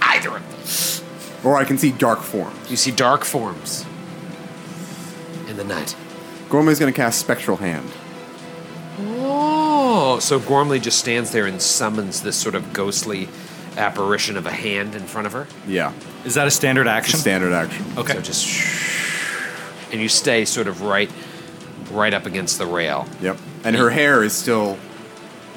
either of them. Or I can see dark form. You see dark forms in the night. Gormley's going to cast Spectral Hand. Oh, so Gormley just stands there and summons this sort of ghostly apparition of a hand in front of her. Yeah. Is that a standard It's a action? standard action. Okay. So just and you stay sort of right, right up against the rail. Yep. And her hair is still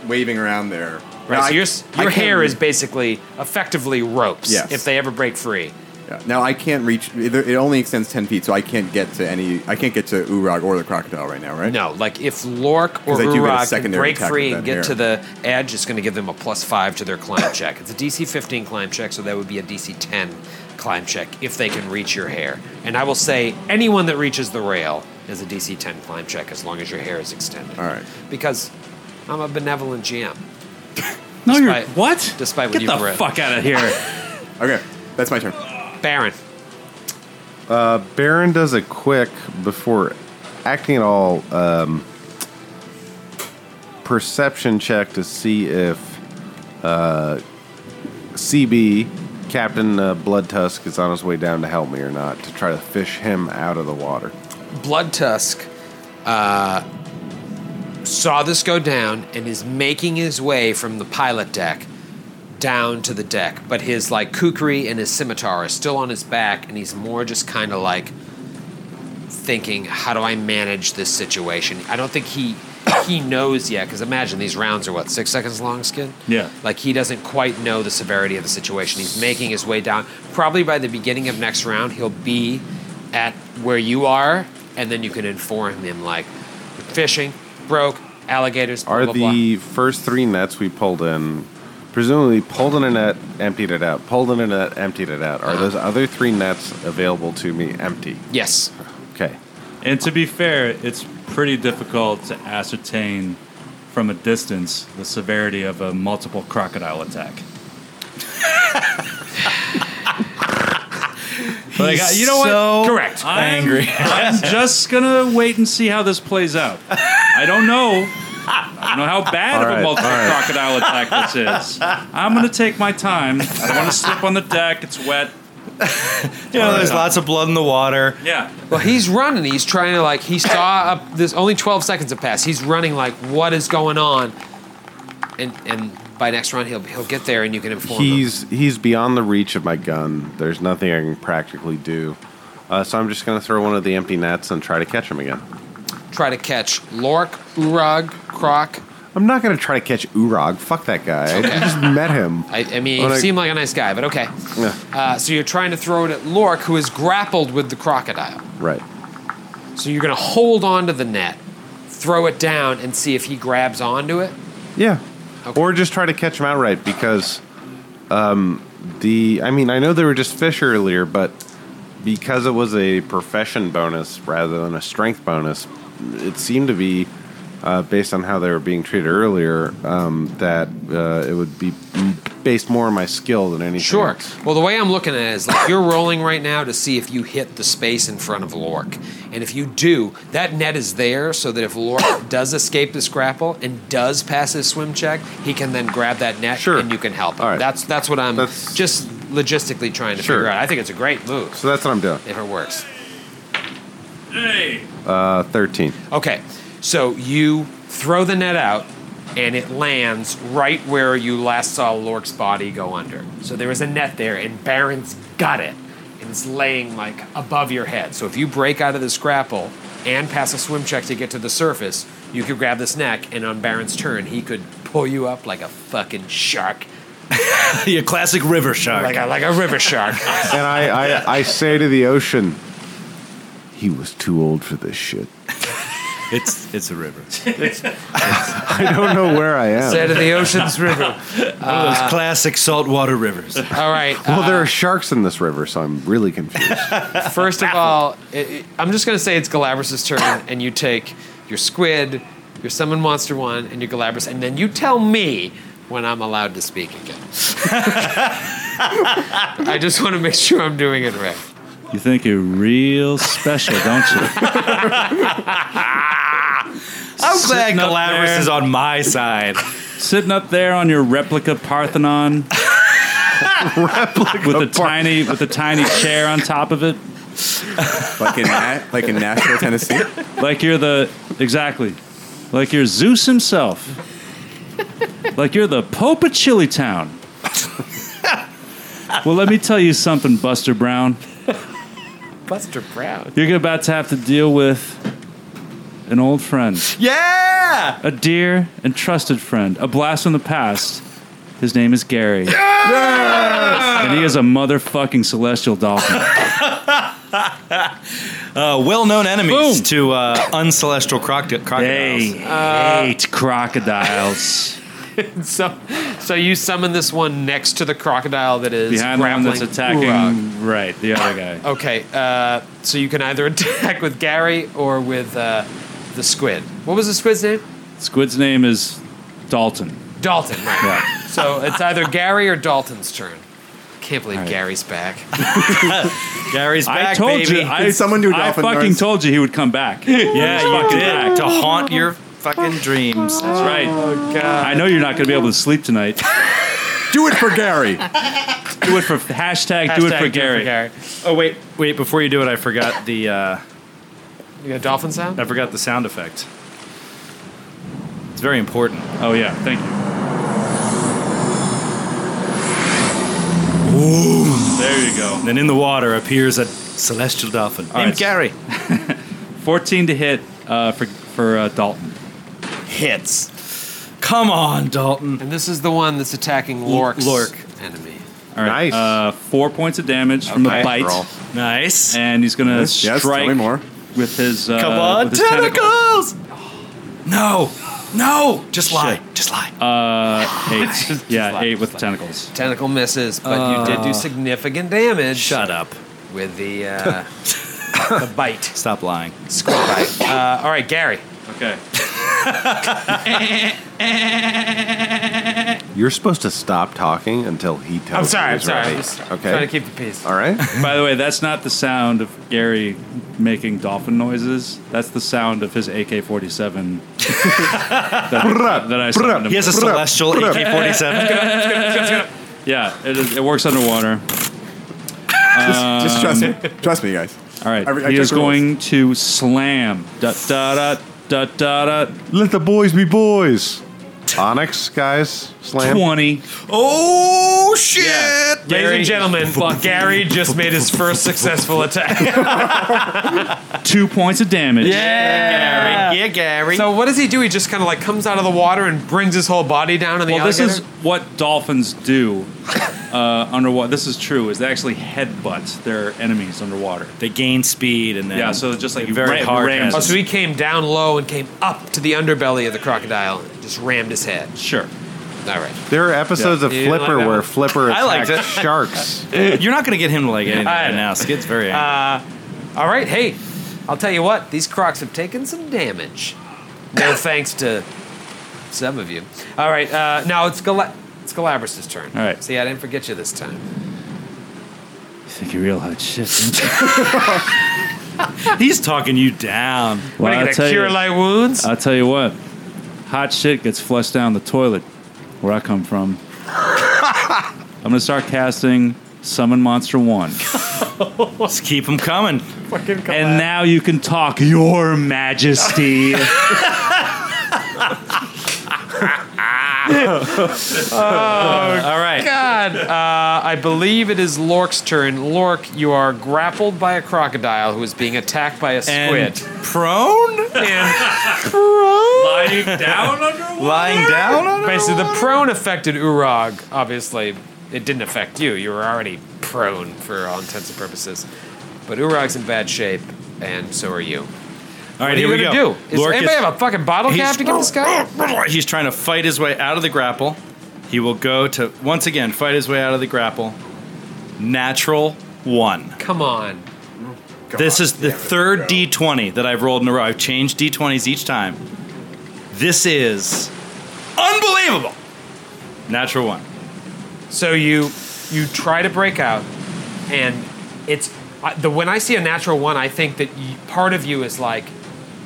waving around there. Right. Now, so I- your s- I your can't hair is reach- basically effectively ropes. Yes. If they ever break free, Yeah. Now I can't reach. It it only extends ten feet, so I can't get to any. I can't get to Urog or the crocodile right now, right? no. Like if Lork or 'Cause they do get a Urag can secondary break attack free with and that get to the edge, it's going to give them a plus five to their climb check. It's a DC 15 climb check, so that would be a DC 10 climb check if they can reach your hair. And I will say anyone that reaches the rail is a DC 10 climb check as long as your hair is extended. All right. Because I'm a benevolent GM. No, Despite- you're what? despite what Get you've the read. fuck out of here. Okay, that's my turn. Baron. Baron does a quick before acting at all um, perception check to see if uh, CB Captain uh, Bloodtusk is on his way down to help me or not to try to fish him out of the water. Blood Tusk uh, saw this go down and is making his way from the pilot deck down to the deck, but his like kukri and his scimitar are still on his back, and he's more just kind of like thinking, "How do I manage this situation?" I don't think he he knows yet because imagine these rounds are what six seconds long, skin. Yeah. like he doesn't quite know the severity of the situation. He's making his way down. Probably by the beginning of next round, he'll be at where you are, and then you can inform him like fishing broke alligators. Blah, Are blah, blah. the first three nets we pulled in Presumably pulled in a net, emptied it out. Pulled in a net, emptied it out. Are those other three nets available to me empty? Yes. Okay. And to be fair, it's pretty difficult to ascertain from a distance the severity of a multiple crocodile attack. but I got, you know so what? Correct. I'm, angry. I'm just gonna wait and see how this plays out. I don't know. I don't know how bad of All a right, multiple all right. crocodile attack this is. I'm gonna take my time. I don't want to slip on the deck. It's wet. You know, there's lots of blood in the water. Yeah. Well, he's running. He's trying to like. He saw up. There's only 12 seconds have passed. He's running like, what is going on? And and by next round, he'll he'll get there, and you can inform him. He's he's beyond the reach of my gun. There's nothing I can practically do. Uh, so I'm just going to throw one of the empty nets and try to catch him again. Try to catch Lork, Urag, Croc. I'm not going to try to catch Urog. Fuck that guy. I just met him. I, I mean, Well, you I- seem like a nice guy, but okay. Yeah. Uh, so you're trying to throw it at Lork, who is grappled with the crocodile. Right. So you're going to hold onto the net, throw it down, and see if he grabs onto it. Yeah. Okay. Or just try to catch him outright because um, the. I mean, I know they were just fish earlier, but because it was a profession bonus rather than a strength bonus, it seemed to be. Uh, based on how they were being treated earlier, um, that uh, it would be based more on my skill than anything. Sure. else. Well, the way I'm looking at it is like you're rolling right now to see if you hit the space in front of Lork. And if you do, that net is there so that if Lork does escape this grapple and does pass his swim check, he can then grab that net Sure. and you can help him. All right. That's that's what I'm That's- just logistically trying to Sure. figure out. I think it's a great move So that's what I'm doing. if it works. Hey. Uh, 13. Okay, so you throw the net out, and it lands right where you last saw Lork's body go under. So there is a net there, and Baron's got it, and it's laying like above your head. So if you break out of this grapple and pass a swim check to get to the surface, you could grab this neck, and on Baron's turn, he could pull you up like a fucking shark, Your classic river shark. like a, like a river shark. And I, I, I say to the ocean, he was too old for this shit. it's it's a river. I don't know where I am. Instead of the ocean's river. Those classic saltwater rivers. All right. well, there uh, are sharks in this river, so I'm really confused. First of all, i i I'm just going to say it's Galabras' turn, and you take your squid, your summon monster one, and your Galabras, and then you tell me when I'm allowed to speak again. I just want to make sure I'm doing it right. You think you're real special, don't you? I'm glad Sitting up Galabras there. is on my side. Sitting up there on your replica Parthenon. with a tiny with a tiny chair on top of it. Like in Na- like in Nashville, Tennessee. Like you're the exactly. Like you're Zeus himself. Like you're the Pope of Chili Town. well, let me tell you something, Buster Brown. Buster Brown. You're about to have to deal with an old friend. Yeah! a dear and trusted friend, a blast from the past. His name is Gary. And he is a motherfucking celestial dolphin. Uh, well-known enemies Boom. to uh, uncelestial croc- crocodiles. They hate crocodiles. So, so you summon this one next to the crocodile that is Behind the one grappling uh, that's attacking, Urag. right, the other guy. Okay, uh, so you can either attack with Gary or with uh, the squid. What was the squid's name? Squid's name is Dalton. Dalton, right. Right. So it's either Gary or Dalton's turn. Can't believe Gary's back. Gary's back, I told baby. you. I, someone do a I dolphin fucking noise? told you he would come back. yeah, you fucking did back. to haunt your fucking dreams. That's right. I know you're not going to be able to sleep tonight. Do it for Gary. Do it for hashtag, do it Hashtag for Gary. Oh wait, wait! Before you do it, I forgot the uh, You got a dolphin sound? I forgot the sound effect. It's very important. Oh yeah, thank you. There you go. Then in the water appears a celestial dolphin named right. Gary. 14 to hit uh, for for uh, Dalton. Hits. Come on, Dalton. And this is the one that's attacking Lork's Lork. enemy. All right. Nice. Uh, four points of damage from the Okay. bite, Roll. Nice. and he's gonna Yes, tell strike me more. with his. Uh, Come on, with his tentacle. tentacles. No. No, just lie, just lie. Uh, eight. yeah, eight with tentacles. Tentacle misses, but you Uh, did do significant damage. Shut up. With the uh, the bite, Stop lying. squid bite. Uh, all right, Gary. Okay. You're supposed to stop talking until he tells I'm sorry. you. I'm he's sorry. ready. I'm just trying okay. to keep the peace. All right. By the way, that's not the sound of Gary making dolphin noises. That's the sound of his AK-47 that, that I summoned him He has a with. celestial AK-47. Yeah, it, is, it works underwater. Just trust Um, me. Trust me, guys. All right, I re- I he check is the rules. going to slam. Da da da da da da. Let the boys be boys. Onyx, guys, slam. Twenty. Oh shit! Ladies and gentlemen, Gary just made his first successful attack. Two points of damage. Gary. Yeah, Gary. So what does he do? He just kind of like comes out of the water and brings his whole body down in the Well, this is alligator? what dolphins do uh, underwater. This is true. Is they actually headbutt their enemies underwater. they gain speed and then Yeah, so just like They're you very ram- hard. ram- Oh, so he came down low and came up to the underbelly of the crocodile and just rammed his head. Sure. All right. There are episodes of You like Flipper that where one? Flipper I liked attacks sharks. You're not going to get him to like anything I right know. now. Skid's very angry. All right, hey, I'll tell you what, these crocs have taken some damage. No thanks to some of you. All right, uh, now it's, Gal- it's Galabras' turn. All right. See, I didn't forget you this time. Think you're real hot shit. He's talking you down. what, Well, I'll are you tell going to cure you- light wounds? I'll tell you what, hot shit gets flushed down the toilet where I come from. I'm gonna start casting Summon Monster One, Let's keep him coming. and now you can talk, Your Majesty. All right. God, uh, I believe it is Lork's turn. Lork, you are grappled by a crocodile who is being attacked by a squid. And prone? Lying down underwater. Lying down on it? Basically, the prone affected Urog. Obviously, it didn't affect you. You were already prone for all intents and purposes. But Urog's in bad shape, and so are you. All right, What are here you we gonna go. do? Is Lork anybody is- have a fucking bottle cap to give this guy? He's trying to fight his way out of the grapple. He will go to, once again, fight his way out of the grapple. Natural one. Come on. This is the third D20 that I've rolled in a row. I've changed D20s each time. This is unbelievable. Natural one. So you you try to break out, and it's I, the when I see a natural one, I think that y part of you is like,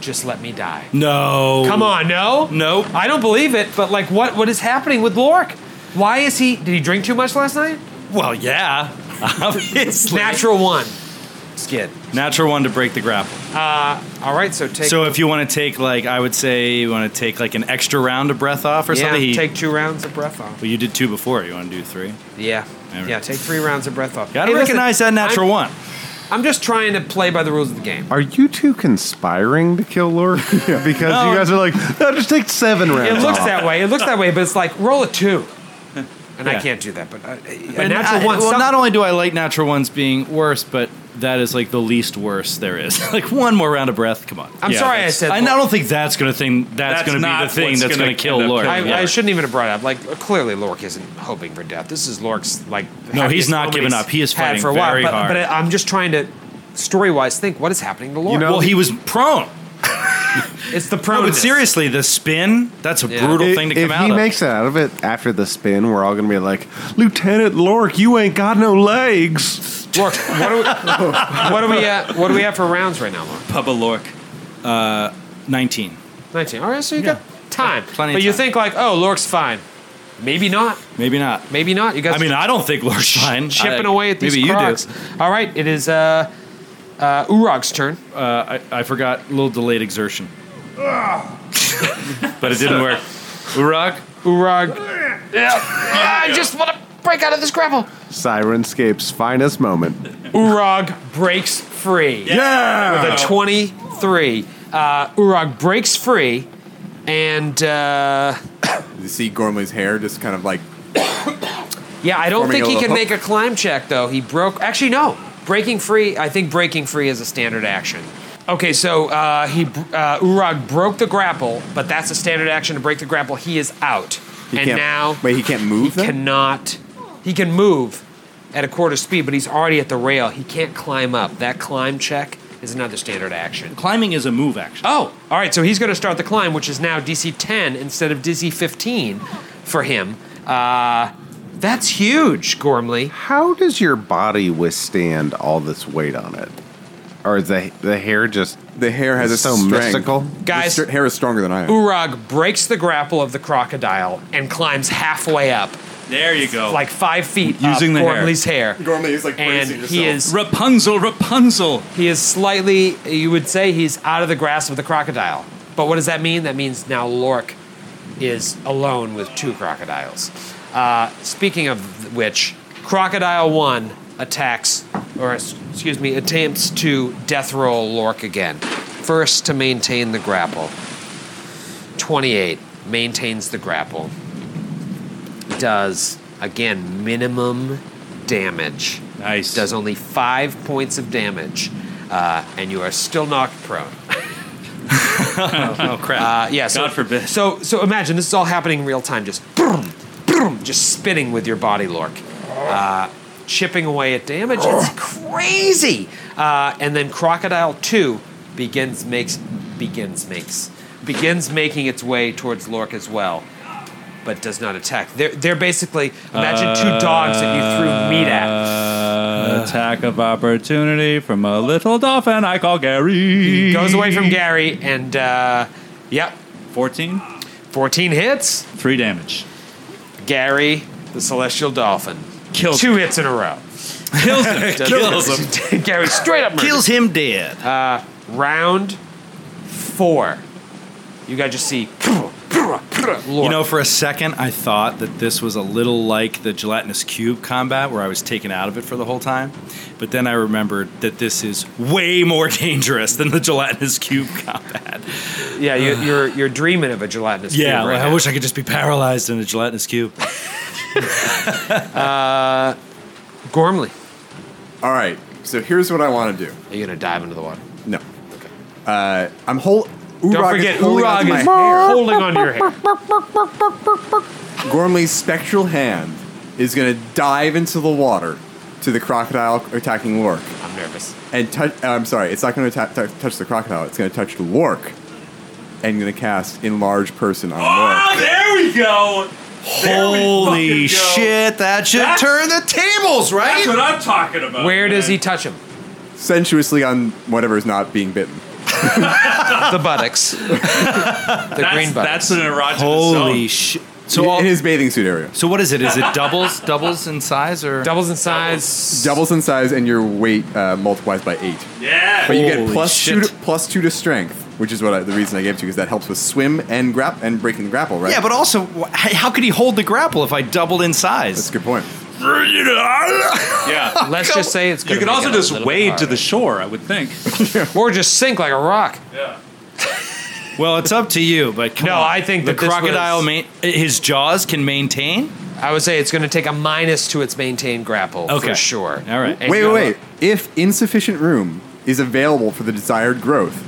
just let me die. No. Come on, no, Nope. I don't believe it. But like, what what is happening with Lork? Why is he? Did he drink too much last night? Well, yeah. Obviously. Natural one. Skid. Natural one to break the grapple. All right, so take. So if you want to take like, I would say you want to take like an extra round of breath off or yeah, something. he- take two rounds of breath off. well, you did two before. You want to do three? Yeah, Alright. yeah. Take three rounds of breath off. Gotta Hey, listen, recognize that natural I'm, one. I'm just trying to play by the rules of the game. Are you two conspiring to kill Lord? because No. you guys are like, no, just take seven It rounds. looks off." that way. It looks that way, but it's like roll a two, and I Yeah. can't do that. But uh, a And natural I- one. Well, some- not only do I like natural ones being worse, but that is like the least worse there is. like one more round of breath. Come on. I'm sorry I that's- said I, I don't think that's gonna thing. That's, That's gonna be not the thing what's that's gonna gonna, kill end up Lord. killing I, I shouldn't even have brought it up. Like clearly, Lork isn't hoping for death. This is Lork's like. No, happiest he's not moment giving he's up. He is had fighting for a while. very but, hard. But I'm just trying to story wise think what is happening to Lork. You know- well, he was prone. it's the No, problem. but seriously, the spin. That's a Yeah. brutal If- thing to if come out he of. makes it out of it after the spin, we're all gonna be like, Lieutenant Lork, you ain't got no legs. Lork, what do we what do we uh, what do we have for rounds right now, Lork? Pubba Lork. Uh, Nineteen. Nineteen. All right, so you got time. plenty but of you time. think like, oh, Lork's fine. Maybe not. Maybe not. Maybe not. You guys. I mean, I don't think Lord's fine. chipping I- away at these maybe crocs. you All right, it is uh, uh, Urog's turn. do. Uh, I, I forgot a little delayed exertion, but it didn't work. Urag, Urog. I just want to break out of this grapple. Sirenscape's finest moment. Urog breaks free. Yeah. With a 23. Uh, Urog breaks free and. Uh, You see Gormley's hair just kind of like Yeah, I don't Forming think a he little hook. can make a climb check though. He broke. Actually, no. Breaking free. I think breaking free is a standard action. Okay, so uh, he uh, Urag broke the grapple, but that's a standard action to break the grapple. He is out, He and can't- now wait, he can't move. he them? cannot. He can move at a quarter speed, but he's already at the rail. He can't climb up. That climb check is another standard action. Climbing is a move action. Oh, all right. So he's going to start the climb, which is now DC 10 instead of DC 15 for him. Uh, that's huge, Gormley. How does your body withstand all this weight on it? Or is the the hair just The hair has a so strength. mystical? Guys- The str- hair is stronger than I am. Urag breaks the grapple of the crocodile and climbs halfway up, There you go. like five feet Using up the hair. Gormley's hair. Gormley is like and bracing he herself. is Rapunzel, Rapunzel. he is slightly you would say he's out of the grasp of the crocodile. But what does that mean? That means now Lork is alone with two crocodiles. Uh, speaking of which, Crocodile One attacks, or s- excuse me, attempts to death roll Lork again. First to maintain the grapple. 28 maintains the grapple. Does, again, minimum damage. Nice. Does only five points of damage, uh, and you are still knocked prone. Oh crap! Uh, yeah, so, God forbid. So, so imagine this is all happening in real time, just boom, boom, just spinning with your body, Lork, uh, chipping away at damage. It's crazy. Uh, and then Crocodile Two begins makes begins makes begins making its way towards Lork as well, but does not attack. They're they're basically imagine two dogs that you threw meat at. Uh, attack of opportunity from a little dolphin I call Gary. He goes away from Gary, and uh, yep, 14, fourteen hits. 3 damage. Gary, the Celestial Dolphin, Kills two hits in a row. Kills him. Kills him. Gary straight up murdered. Kills him dead. Round four. You guys just see. You know, for a second, I thought that this was a little like the gelatinous cube combat where I was taken out of it for the whole time. But then I remembered that this is way more dangerous than the gelatinous cube combat. yeah, you, you're you're dreaming of a gelatinous. cube Yeah, right like, I now. wish I could just be paralyzed in a gelatinous cube. Gormley, All right. So here's what I want to do. are you gonna dive into the water? No. Uh, I'm whole. Urag Don't forget, is holding Urag onto my is hair. holding onto your hair. Gormley's spectral hand is going to dive into the water to the crocodile attacking Lork. I'm nervous. And touch, uh, I'm sorry, it's not going to touch the crocodile. It's going to touch Lork and going to cast Enlarge Person on Lork. Ah, there we go. Holy shit! That should That's- turn the tables, That's right? what I'm talking about. Where does he touch him? Sensuously on whatever is not being bitten. Uh. The buttocks. the green That's, buttocks. that's an erogenous Holy zone. shit! So, all, in his bathing suit area. so what is it? Is it doubles, doubles in size, or Doubles in size. Doubles in size and your weight uh, multiplies by eight. Yeah. But you get Holy plus two, to, shit. plus two to strength, which is what I, the reason I gave it to you, because that helps with swim and grap and breaking the grapple, right? Yeah, but also, wh- how could he hold the grapple if I doubled in that's a size? good point. yeah. Let's just say it's. You gonna could make also it a just little bit wade to harder. the shore, I would think. or just sink like a rock. Well, it's up to you. But come No, on. I think the that this crocodile, was- main his jaws can maintain. I would say it's going to take a minus to its maintained grapple Okay. for sure. All right. And wait, you- wait, wait. If insufficient room is available for the desired growth,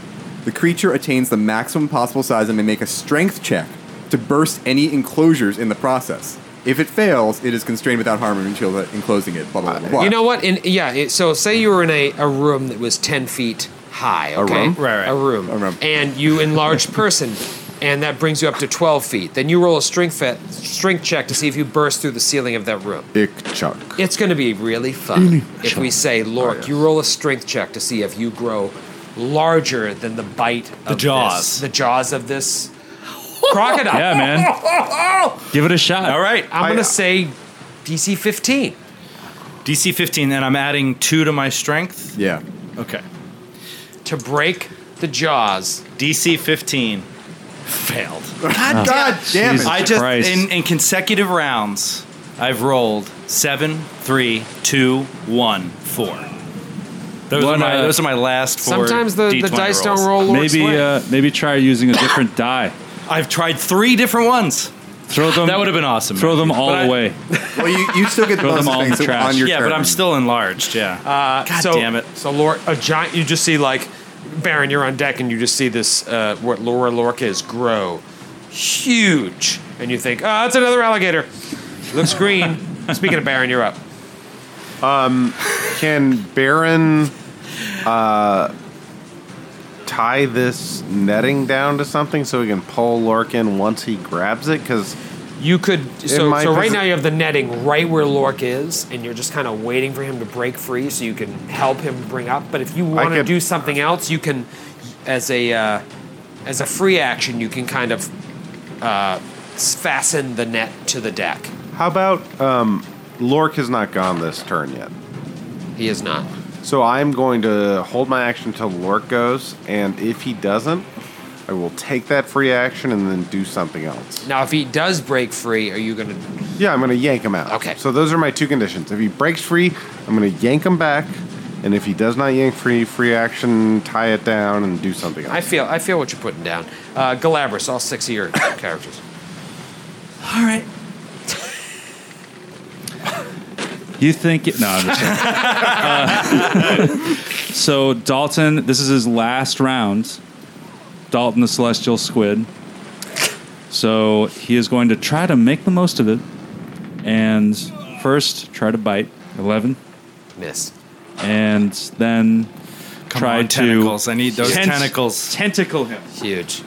the creature attains the maximum possible size and may make a strength check to burst any enclosures in the process. If it fails, it is constrained without harm until the- enclosing it. Blah blah blah. blah. You know what? In yeah, it, so say you were in a, a room that was ten feet high. Okay? room? Right, right. A room. A room. And you enlarge person, and that brings you up to twelve feet. Then you roll a strength fit, strength check to see if you burst through the ceiling of that room. Ick chuck. It's going to be really fun if we say, Lork, you roll a strength check to see if you grow larger than the bite of the jaws. the jaws of this crocodile. Yeah, man. Give it a Uh, shot. All right, I'm going to say DC 15. DC 15, and I'm adding two to my strength. Yeah. Okay. to break the jaws. DC 15 failed. God, damn it! Jesus I just, Christ. in, in consecutive rounds, I've rolled seven, three, two, one, four. Those, What, are, my, uh, those are my last four. Sometimes the, the D20 dice rolls. don't roll. Lord's Maybe way. uh, maybe try using a different die. I've tried three different ones. Throw them. That would have been awesome. Throw them all But I- away. well, you, you still get the Throw them bonus all in things the trash. on your yeah, turn. but I'm still enlarged. Yeah. Uh, God so, damn it. So Lord, a giant. You just see like Baron, you're on deck and you just see this, uh, what Laura Lorca is, grow huge. And you think, oh, it's another alligator. Looks green. Speaking of Baron, you're up. Can Baron uh, tie this netting down to something so he can pull Larkin once he grabs it? Because You could. So, my so right posi- now you have the netting right where Lork is, and you're just kind of waiting for him to break free so you can help him bring up. But if you want to could- do something else, you can, as a uh, as a free action, you can kind of uh, s- fasten the net to the deck. how about um, Lork has not gone this turn yet? He is not. So I'm going to hold my action till Lork goes, and if he doesn't, I will take that free action and then do something else. Now, if he does break free, are you gonna? Yeah, I'm going to yank him out. Okay. So those are my two conditions. If he breaks free, I'm going to yank him back, and if he does not yank free, free action, tie it down, and do something else. I feel. I feel what you're putting down. Uh, Galabras, all six of your characters. All right. You think it? No, I'm just kidding. Uh, so Dalton, this is his last round. Dalton, the celestial squid. So he is going to try to make the most of it, and first try to bite eleven, Miss. and then Come try on, to tentacles. I need those tent- tentacles. Tentacle him. Huge.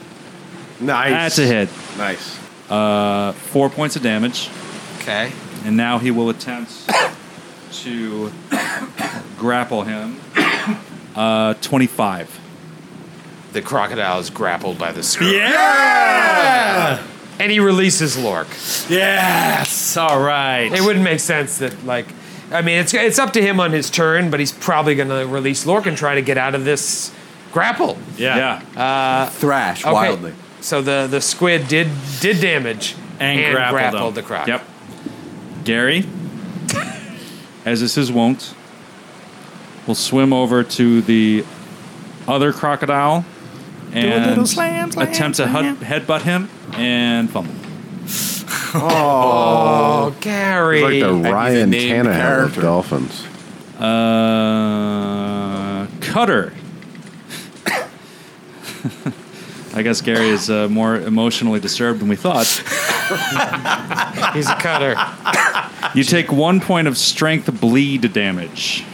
nice. That's a hit. Nice. Uh, four points of damage. Okay. And now he will attempt to grapple him. Uh, 25. The crocodile is grappled by the screw, Yeah! and he releases Lork. Yes! All right. It wouldn't make sense that like I mean it's it's up to him on his turn, but he's probably going to release Lork and try to get out of this grapple. Yeah. Thrash wildly. So the the squid did did damage And grappled him. the croc. Yep. Gary, as is his wont, will swim over to the other crocodile and attempt to hud- headbutt him and fumble. Oh, Gary. It's like the Ryan named Tannehill of character. Dolphins. Uh, Cutter. I guess Gary is uh, more emotionally disturbed than we thought. He's a cutter. You take one point of strength bleed damage.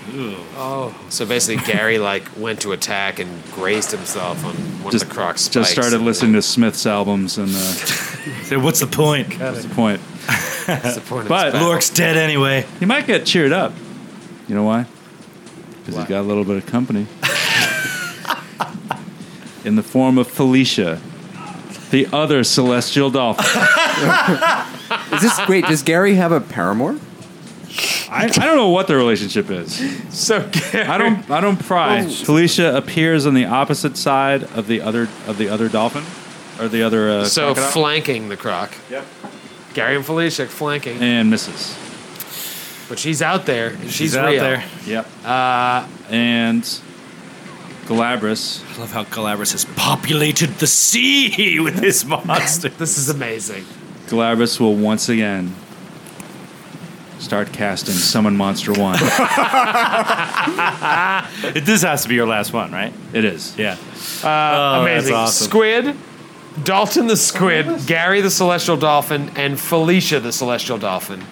so basically Gary like went to attack and grazed himself on one Just, of the croc's spikes. just started listening to Smith's albums, and uh, that's So what's the point? the point. That's the point of But- this battle. Lork's dead anyway. He might get cheered up. You know why? Because he's got a little bit of company. In the form of Felicia, the other celestial dolphin. Is this great? Does Gary have a paramour? I, I don't know what their relationship is. so Gary, I don't. I don't pry. Felicia appears on the opposite side of the other of the other dolphin, or the other uh, so crocodile, flanking the croc. Yep. Gary and Felicia flanking, and misses. but she's out there. and She's, She's real. out there. Yep. Uh, and Galabras. I love how Galabras has populated the sea with his monster. This is amazing. Oh, Galabras will once again start casting Summon Monster One. this has to be your last one, right? it is. Yeah. Uh, Oh, that's amazing. awesome. Squid, Dalton the Squid, Gary the Celestial Dolphin, and Felicia the Celestial Dolphin.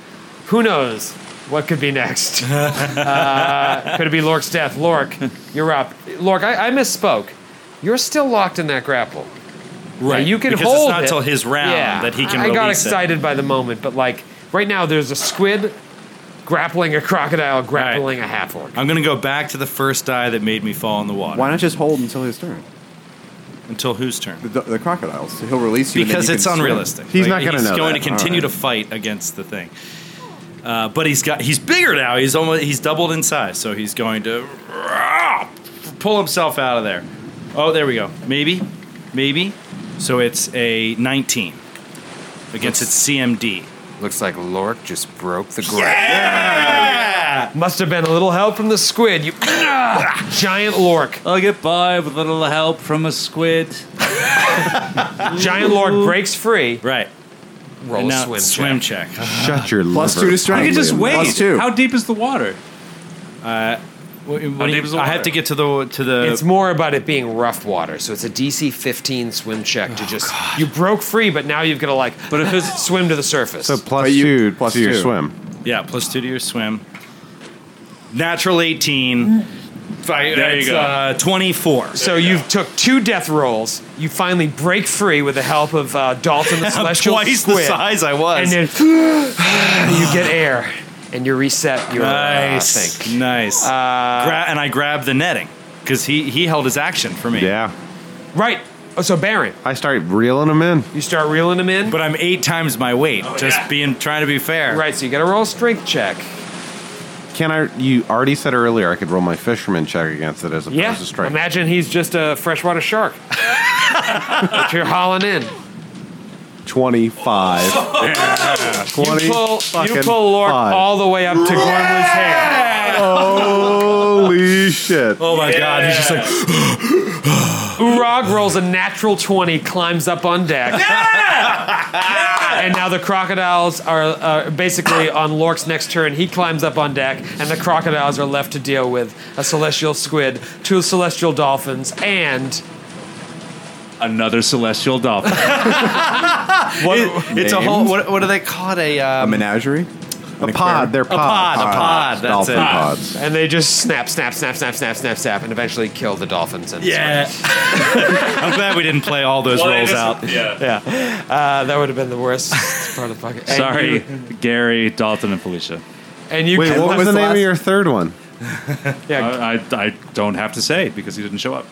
Who knows what could be next? uh, could it be Lork's death? Lork, you're up. Lork, I, I misspoke. You're still locked in that grapple. Right. you can because hold it's not it. till his round Yeah. that he can I release got it. excited by the moment, but like right now, there's a squid grappling a crocodile, grappling a half orc. I'm gonna go back to the first die that made me fall in the water. Why not just hold until his turn? Until whose turn? The, the crocodiles. He'll release you. and then Because you it's can swim. unrealistic. He's not gonna He's know going that. to continue All to fight against the thing. Uh, but he's got he's bigger now. He's almost he's doubled in size, so he's going to pull himself out of there. Oh, there we go. Maybe, maybe. So it's a 19 against its CMD. Looks like Lork just broke the grapple. Must have been a little help from the squid. You giant Lork. I'll get by with a little help from a squid. Giant Lord breaks free. Right. Roll and a now swim. swim, check. check. Ah. Shut your Plus liver. two to strength. I can just Plus wait. two. How deep is the water? Uh, What- what How do deep you- is the I water? have to get to the to the. It's more about it being rough water. So it's a DC 15 swim check to just you broke free, but now you've got to like Oh, but if it's swim to the surface. So plus But you- two plus to your two. swim. yeah, plus two to your swim. Natural eighteen. There you it's, go. Uh, Twenty-four. so you took two death rolls. You finally break free with the help of uh, Dalton the Celestial Twice the Squid, size I and was. then you get air, and you reset your uh, thing. nice, Ah, nice. Gra- and I grabbed the netting because he he held his action for me. Yeah. Right. Oh, so Baron, I start reeling them in. you start reeling him in. But I'm eight times my weight. just Oh, yeah. being trying to be fair. right. So you got to roll a strength check. Can I? You already said earlier I could roll my fisherman check against it as opposed Yeah. to strength. Imagine he's just a freshwater shark that you're hauling in. 25. 20 You pull, you fucking pull Lork five. all the way up to Gormley's hair. Holy shit. Oh my god, he's just like Urog rolls a natural 20, climbs up on deck. And now the crocodiles are uh, basically on Lork's next turn. He climbs up on deck, and the crocodiles are left to deal with a celestial squid, two celestial dolphins, and Another celestial dolphin. it's a whole. What, what do they call it? A, a um, menagerie. A pod. They're a pod, pods. a pod. That's Dolphin it. pods. and they just snap, snap, snap, snap, snap, snap, snap, and eventually kill the dolphins. And Yeah. I'm glad we didn't play all those rolls out. Yeah. uh, that would have been the worst part of the fucking. and Sorry, you- Gary, Dalton, and Felicia. and you, Wait, can, what was the name of your third one? yeah, I, I, I don't have to say because he didn't show up.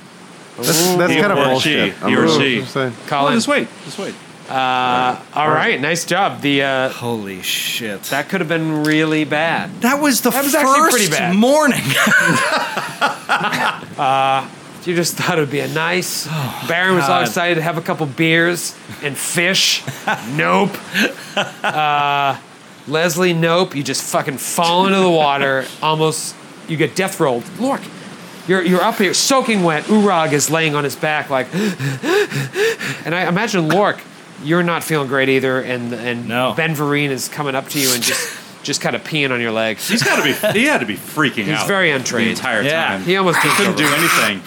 That's, that's He kind of or bullshit. she. I'm He or gonna she. say. Oh, Colin. Uh, just wait. Just wait. All right, nice job. The uh, Holy shit. That, that could have been really bad. was the That was actually pretty first bad. morning. Uh, You just thought it would be a nice. Baron was all Oh, God. excited to have a couple beers and fish. nope. Uh, Leslie, nope. You just fucking fall into the water. Almost, you get death rolled. Lork, you're you're up here soaking wet. Urag is laying on his back like, and I imagine Lork, you're not feeling great either. And and No. Ben Vereen is coming up to you and just just kind of peeing on your leg. He's got to be. He had to be freaking out. He's very the untrained. entire Yeah. time. He almost didn't couldn't do anything.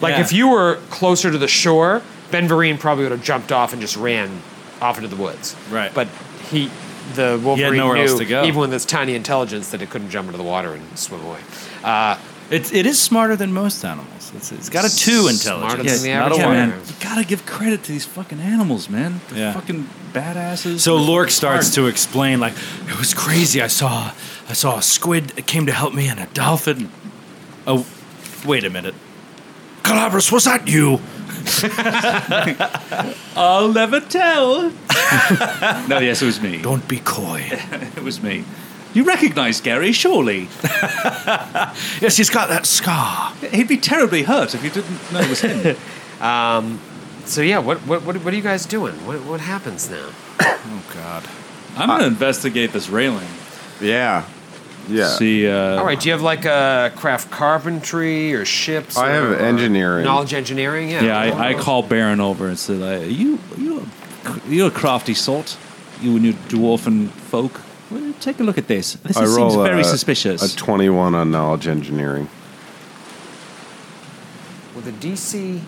Like Yeah. if you were closer to the shore, Ben Vereen probably would have jumped off and just ran off into the woods. Right. But he, the Wolverine nowhere knew, else to go. even with his tiny intelligence, that it couldn't jump into the water and swim away. Uh, It, it is smarter than most animals. It's, it's got a two Smarter intelligence. than the average not a Yeah, one. man, Water. you gotta give credit to these fucking animals, man. They're Yeah. fucking badasses. So Lork starts to explain, like, it was crazy. I saw I saw a squid that came to help me and a dolphin. Oh, wait a minute. Calabras, was that you? I'll never tell. no, yes, it was me. Don't be coy. It was me. You recognize Gary, surely? yes, he's got that scar. He'd be terribly hurt if you didn't know it was him. so yeah, what, what what what are you guys doing? What what happens now? Oh, God. I'm gonna investigate this railing. Yeah. Yeah. See, uh, All right, do you have like a craft carpentry or ships? I have or- or engineering. knowledge engineering. Yeah, Yeah, I, I call Baron over and said, uh, "You, you, you a crafty sort. You and your dwarven folk. Well, take a look at this. This I is- roll seems very a- suspicious. A 21 on knowledge engineering. with a DC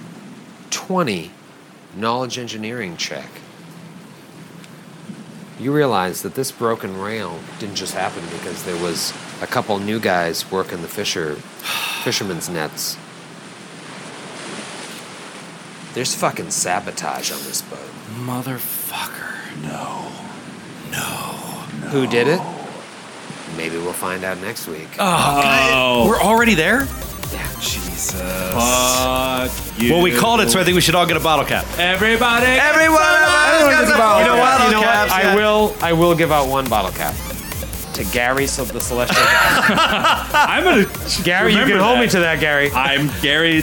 twenty knowledge engineering check. You realize that this broken rail didn't just happen because there was a couple new guys working the fisher fishermen's nets. There's fucking sabotage on this boat. Motherfucker. No. Who did it? Maybe we'll find out next week. Oh. We're already there? Yeah. Jesus. Fuck you. Well, we called it, so I think we should all get a bottle cap. everybody. Everyone, gets a bottle you know what? you know Caps, what? I yeah. will. I will give out one bottle cap to Gary, so the celestial. guy. I'm gonna. Gary, you Remember can hold that. me to that, Gary. I'm Gary.